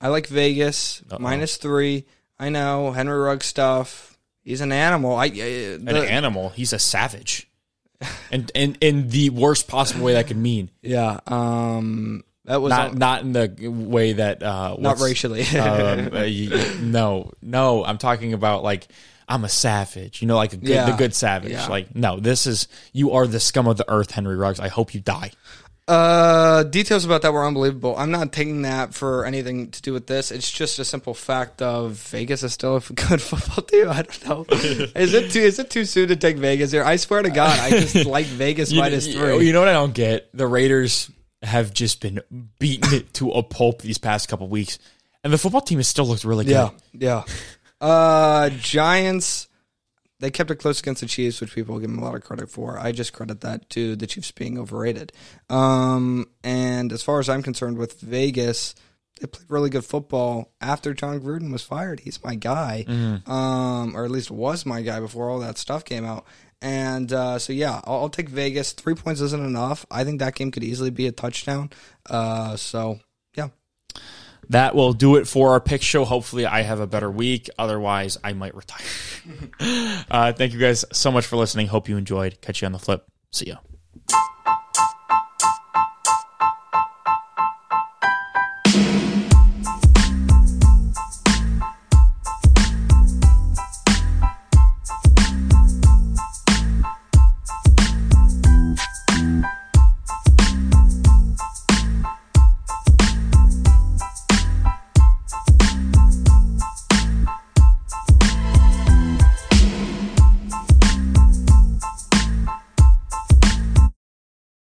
I like Vegas minus three. I know Henry Ruggs stuff. He's an animal. I, I the,
An animal. He's a savage. And, and in the worst possible way that could mean,
yeah. Um, that was
not
not,
not in the way that uh,
not
what's-
racially.
um, uh, y- y- no, no, I'm talking about like I'm a savage, you know, like a good,
Yeah.
the good savage.
Yeah.
Like, no, this is you are the scum of the earth, Henry Ruggs. I hope you die.
Uh, details about that were unbelievable. I'm not taking that for anything to do with this. It's just a simple fact of Vegas is still a good football team. I don't know. is it too is it too soon to take Vegas here? I swear to God, I just like Vegas minus
you, oh,
three.
you know what I don't get? The Raiders have just been beaten to a pulp these past couple weeks, and the football team has still looked really good.
Yeah, yeah. Uh, Giants. They kept it close against the Chiefs, which people give them a lot of credit for. I just credit that to the Chiefs being overrated. Um, and as far as I'm concerned with Vegas, they played really good football after John Gruden was fired. He's my guy, um, or at least was my guy before all that stuff came out. And uh, so, yeah, I'll, I'll take Vegas. Three points isn't enough. I think that game could easily be a touchdown. Uh, so, yeah.
That will do it for our pick show. Hopefully, I have a better week. Otherwise, I might retire. uh, thank you guys so much for listening. Hope you enjoyed. Catch you on the flip. See ya.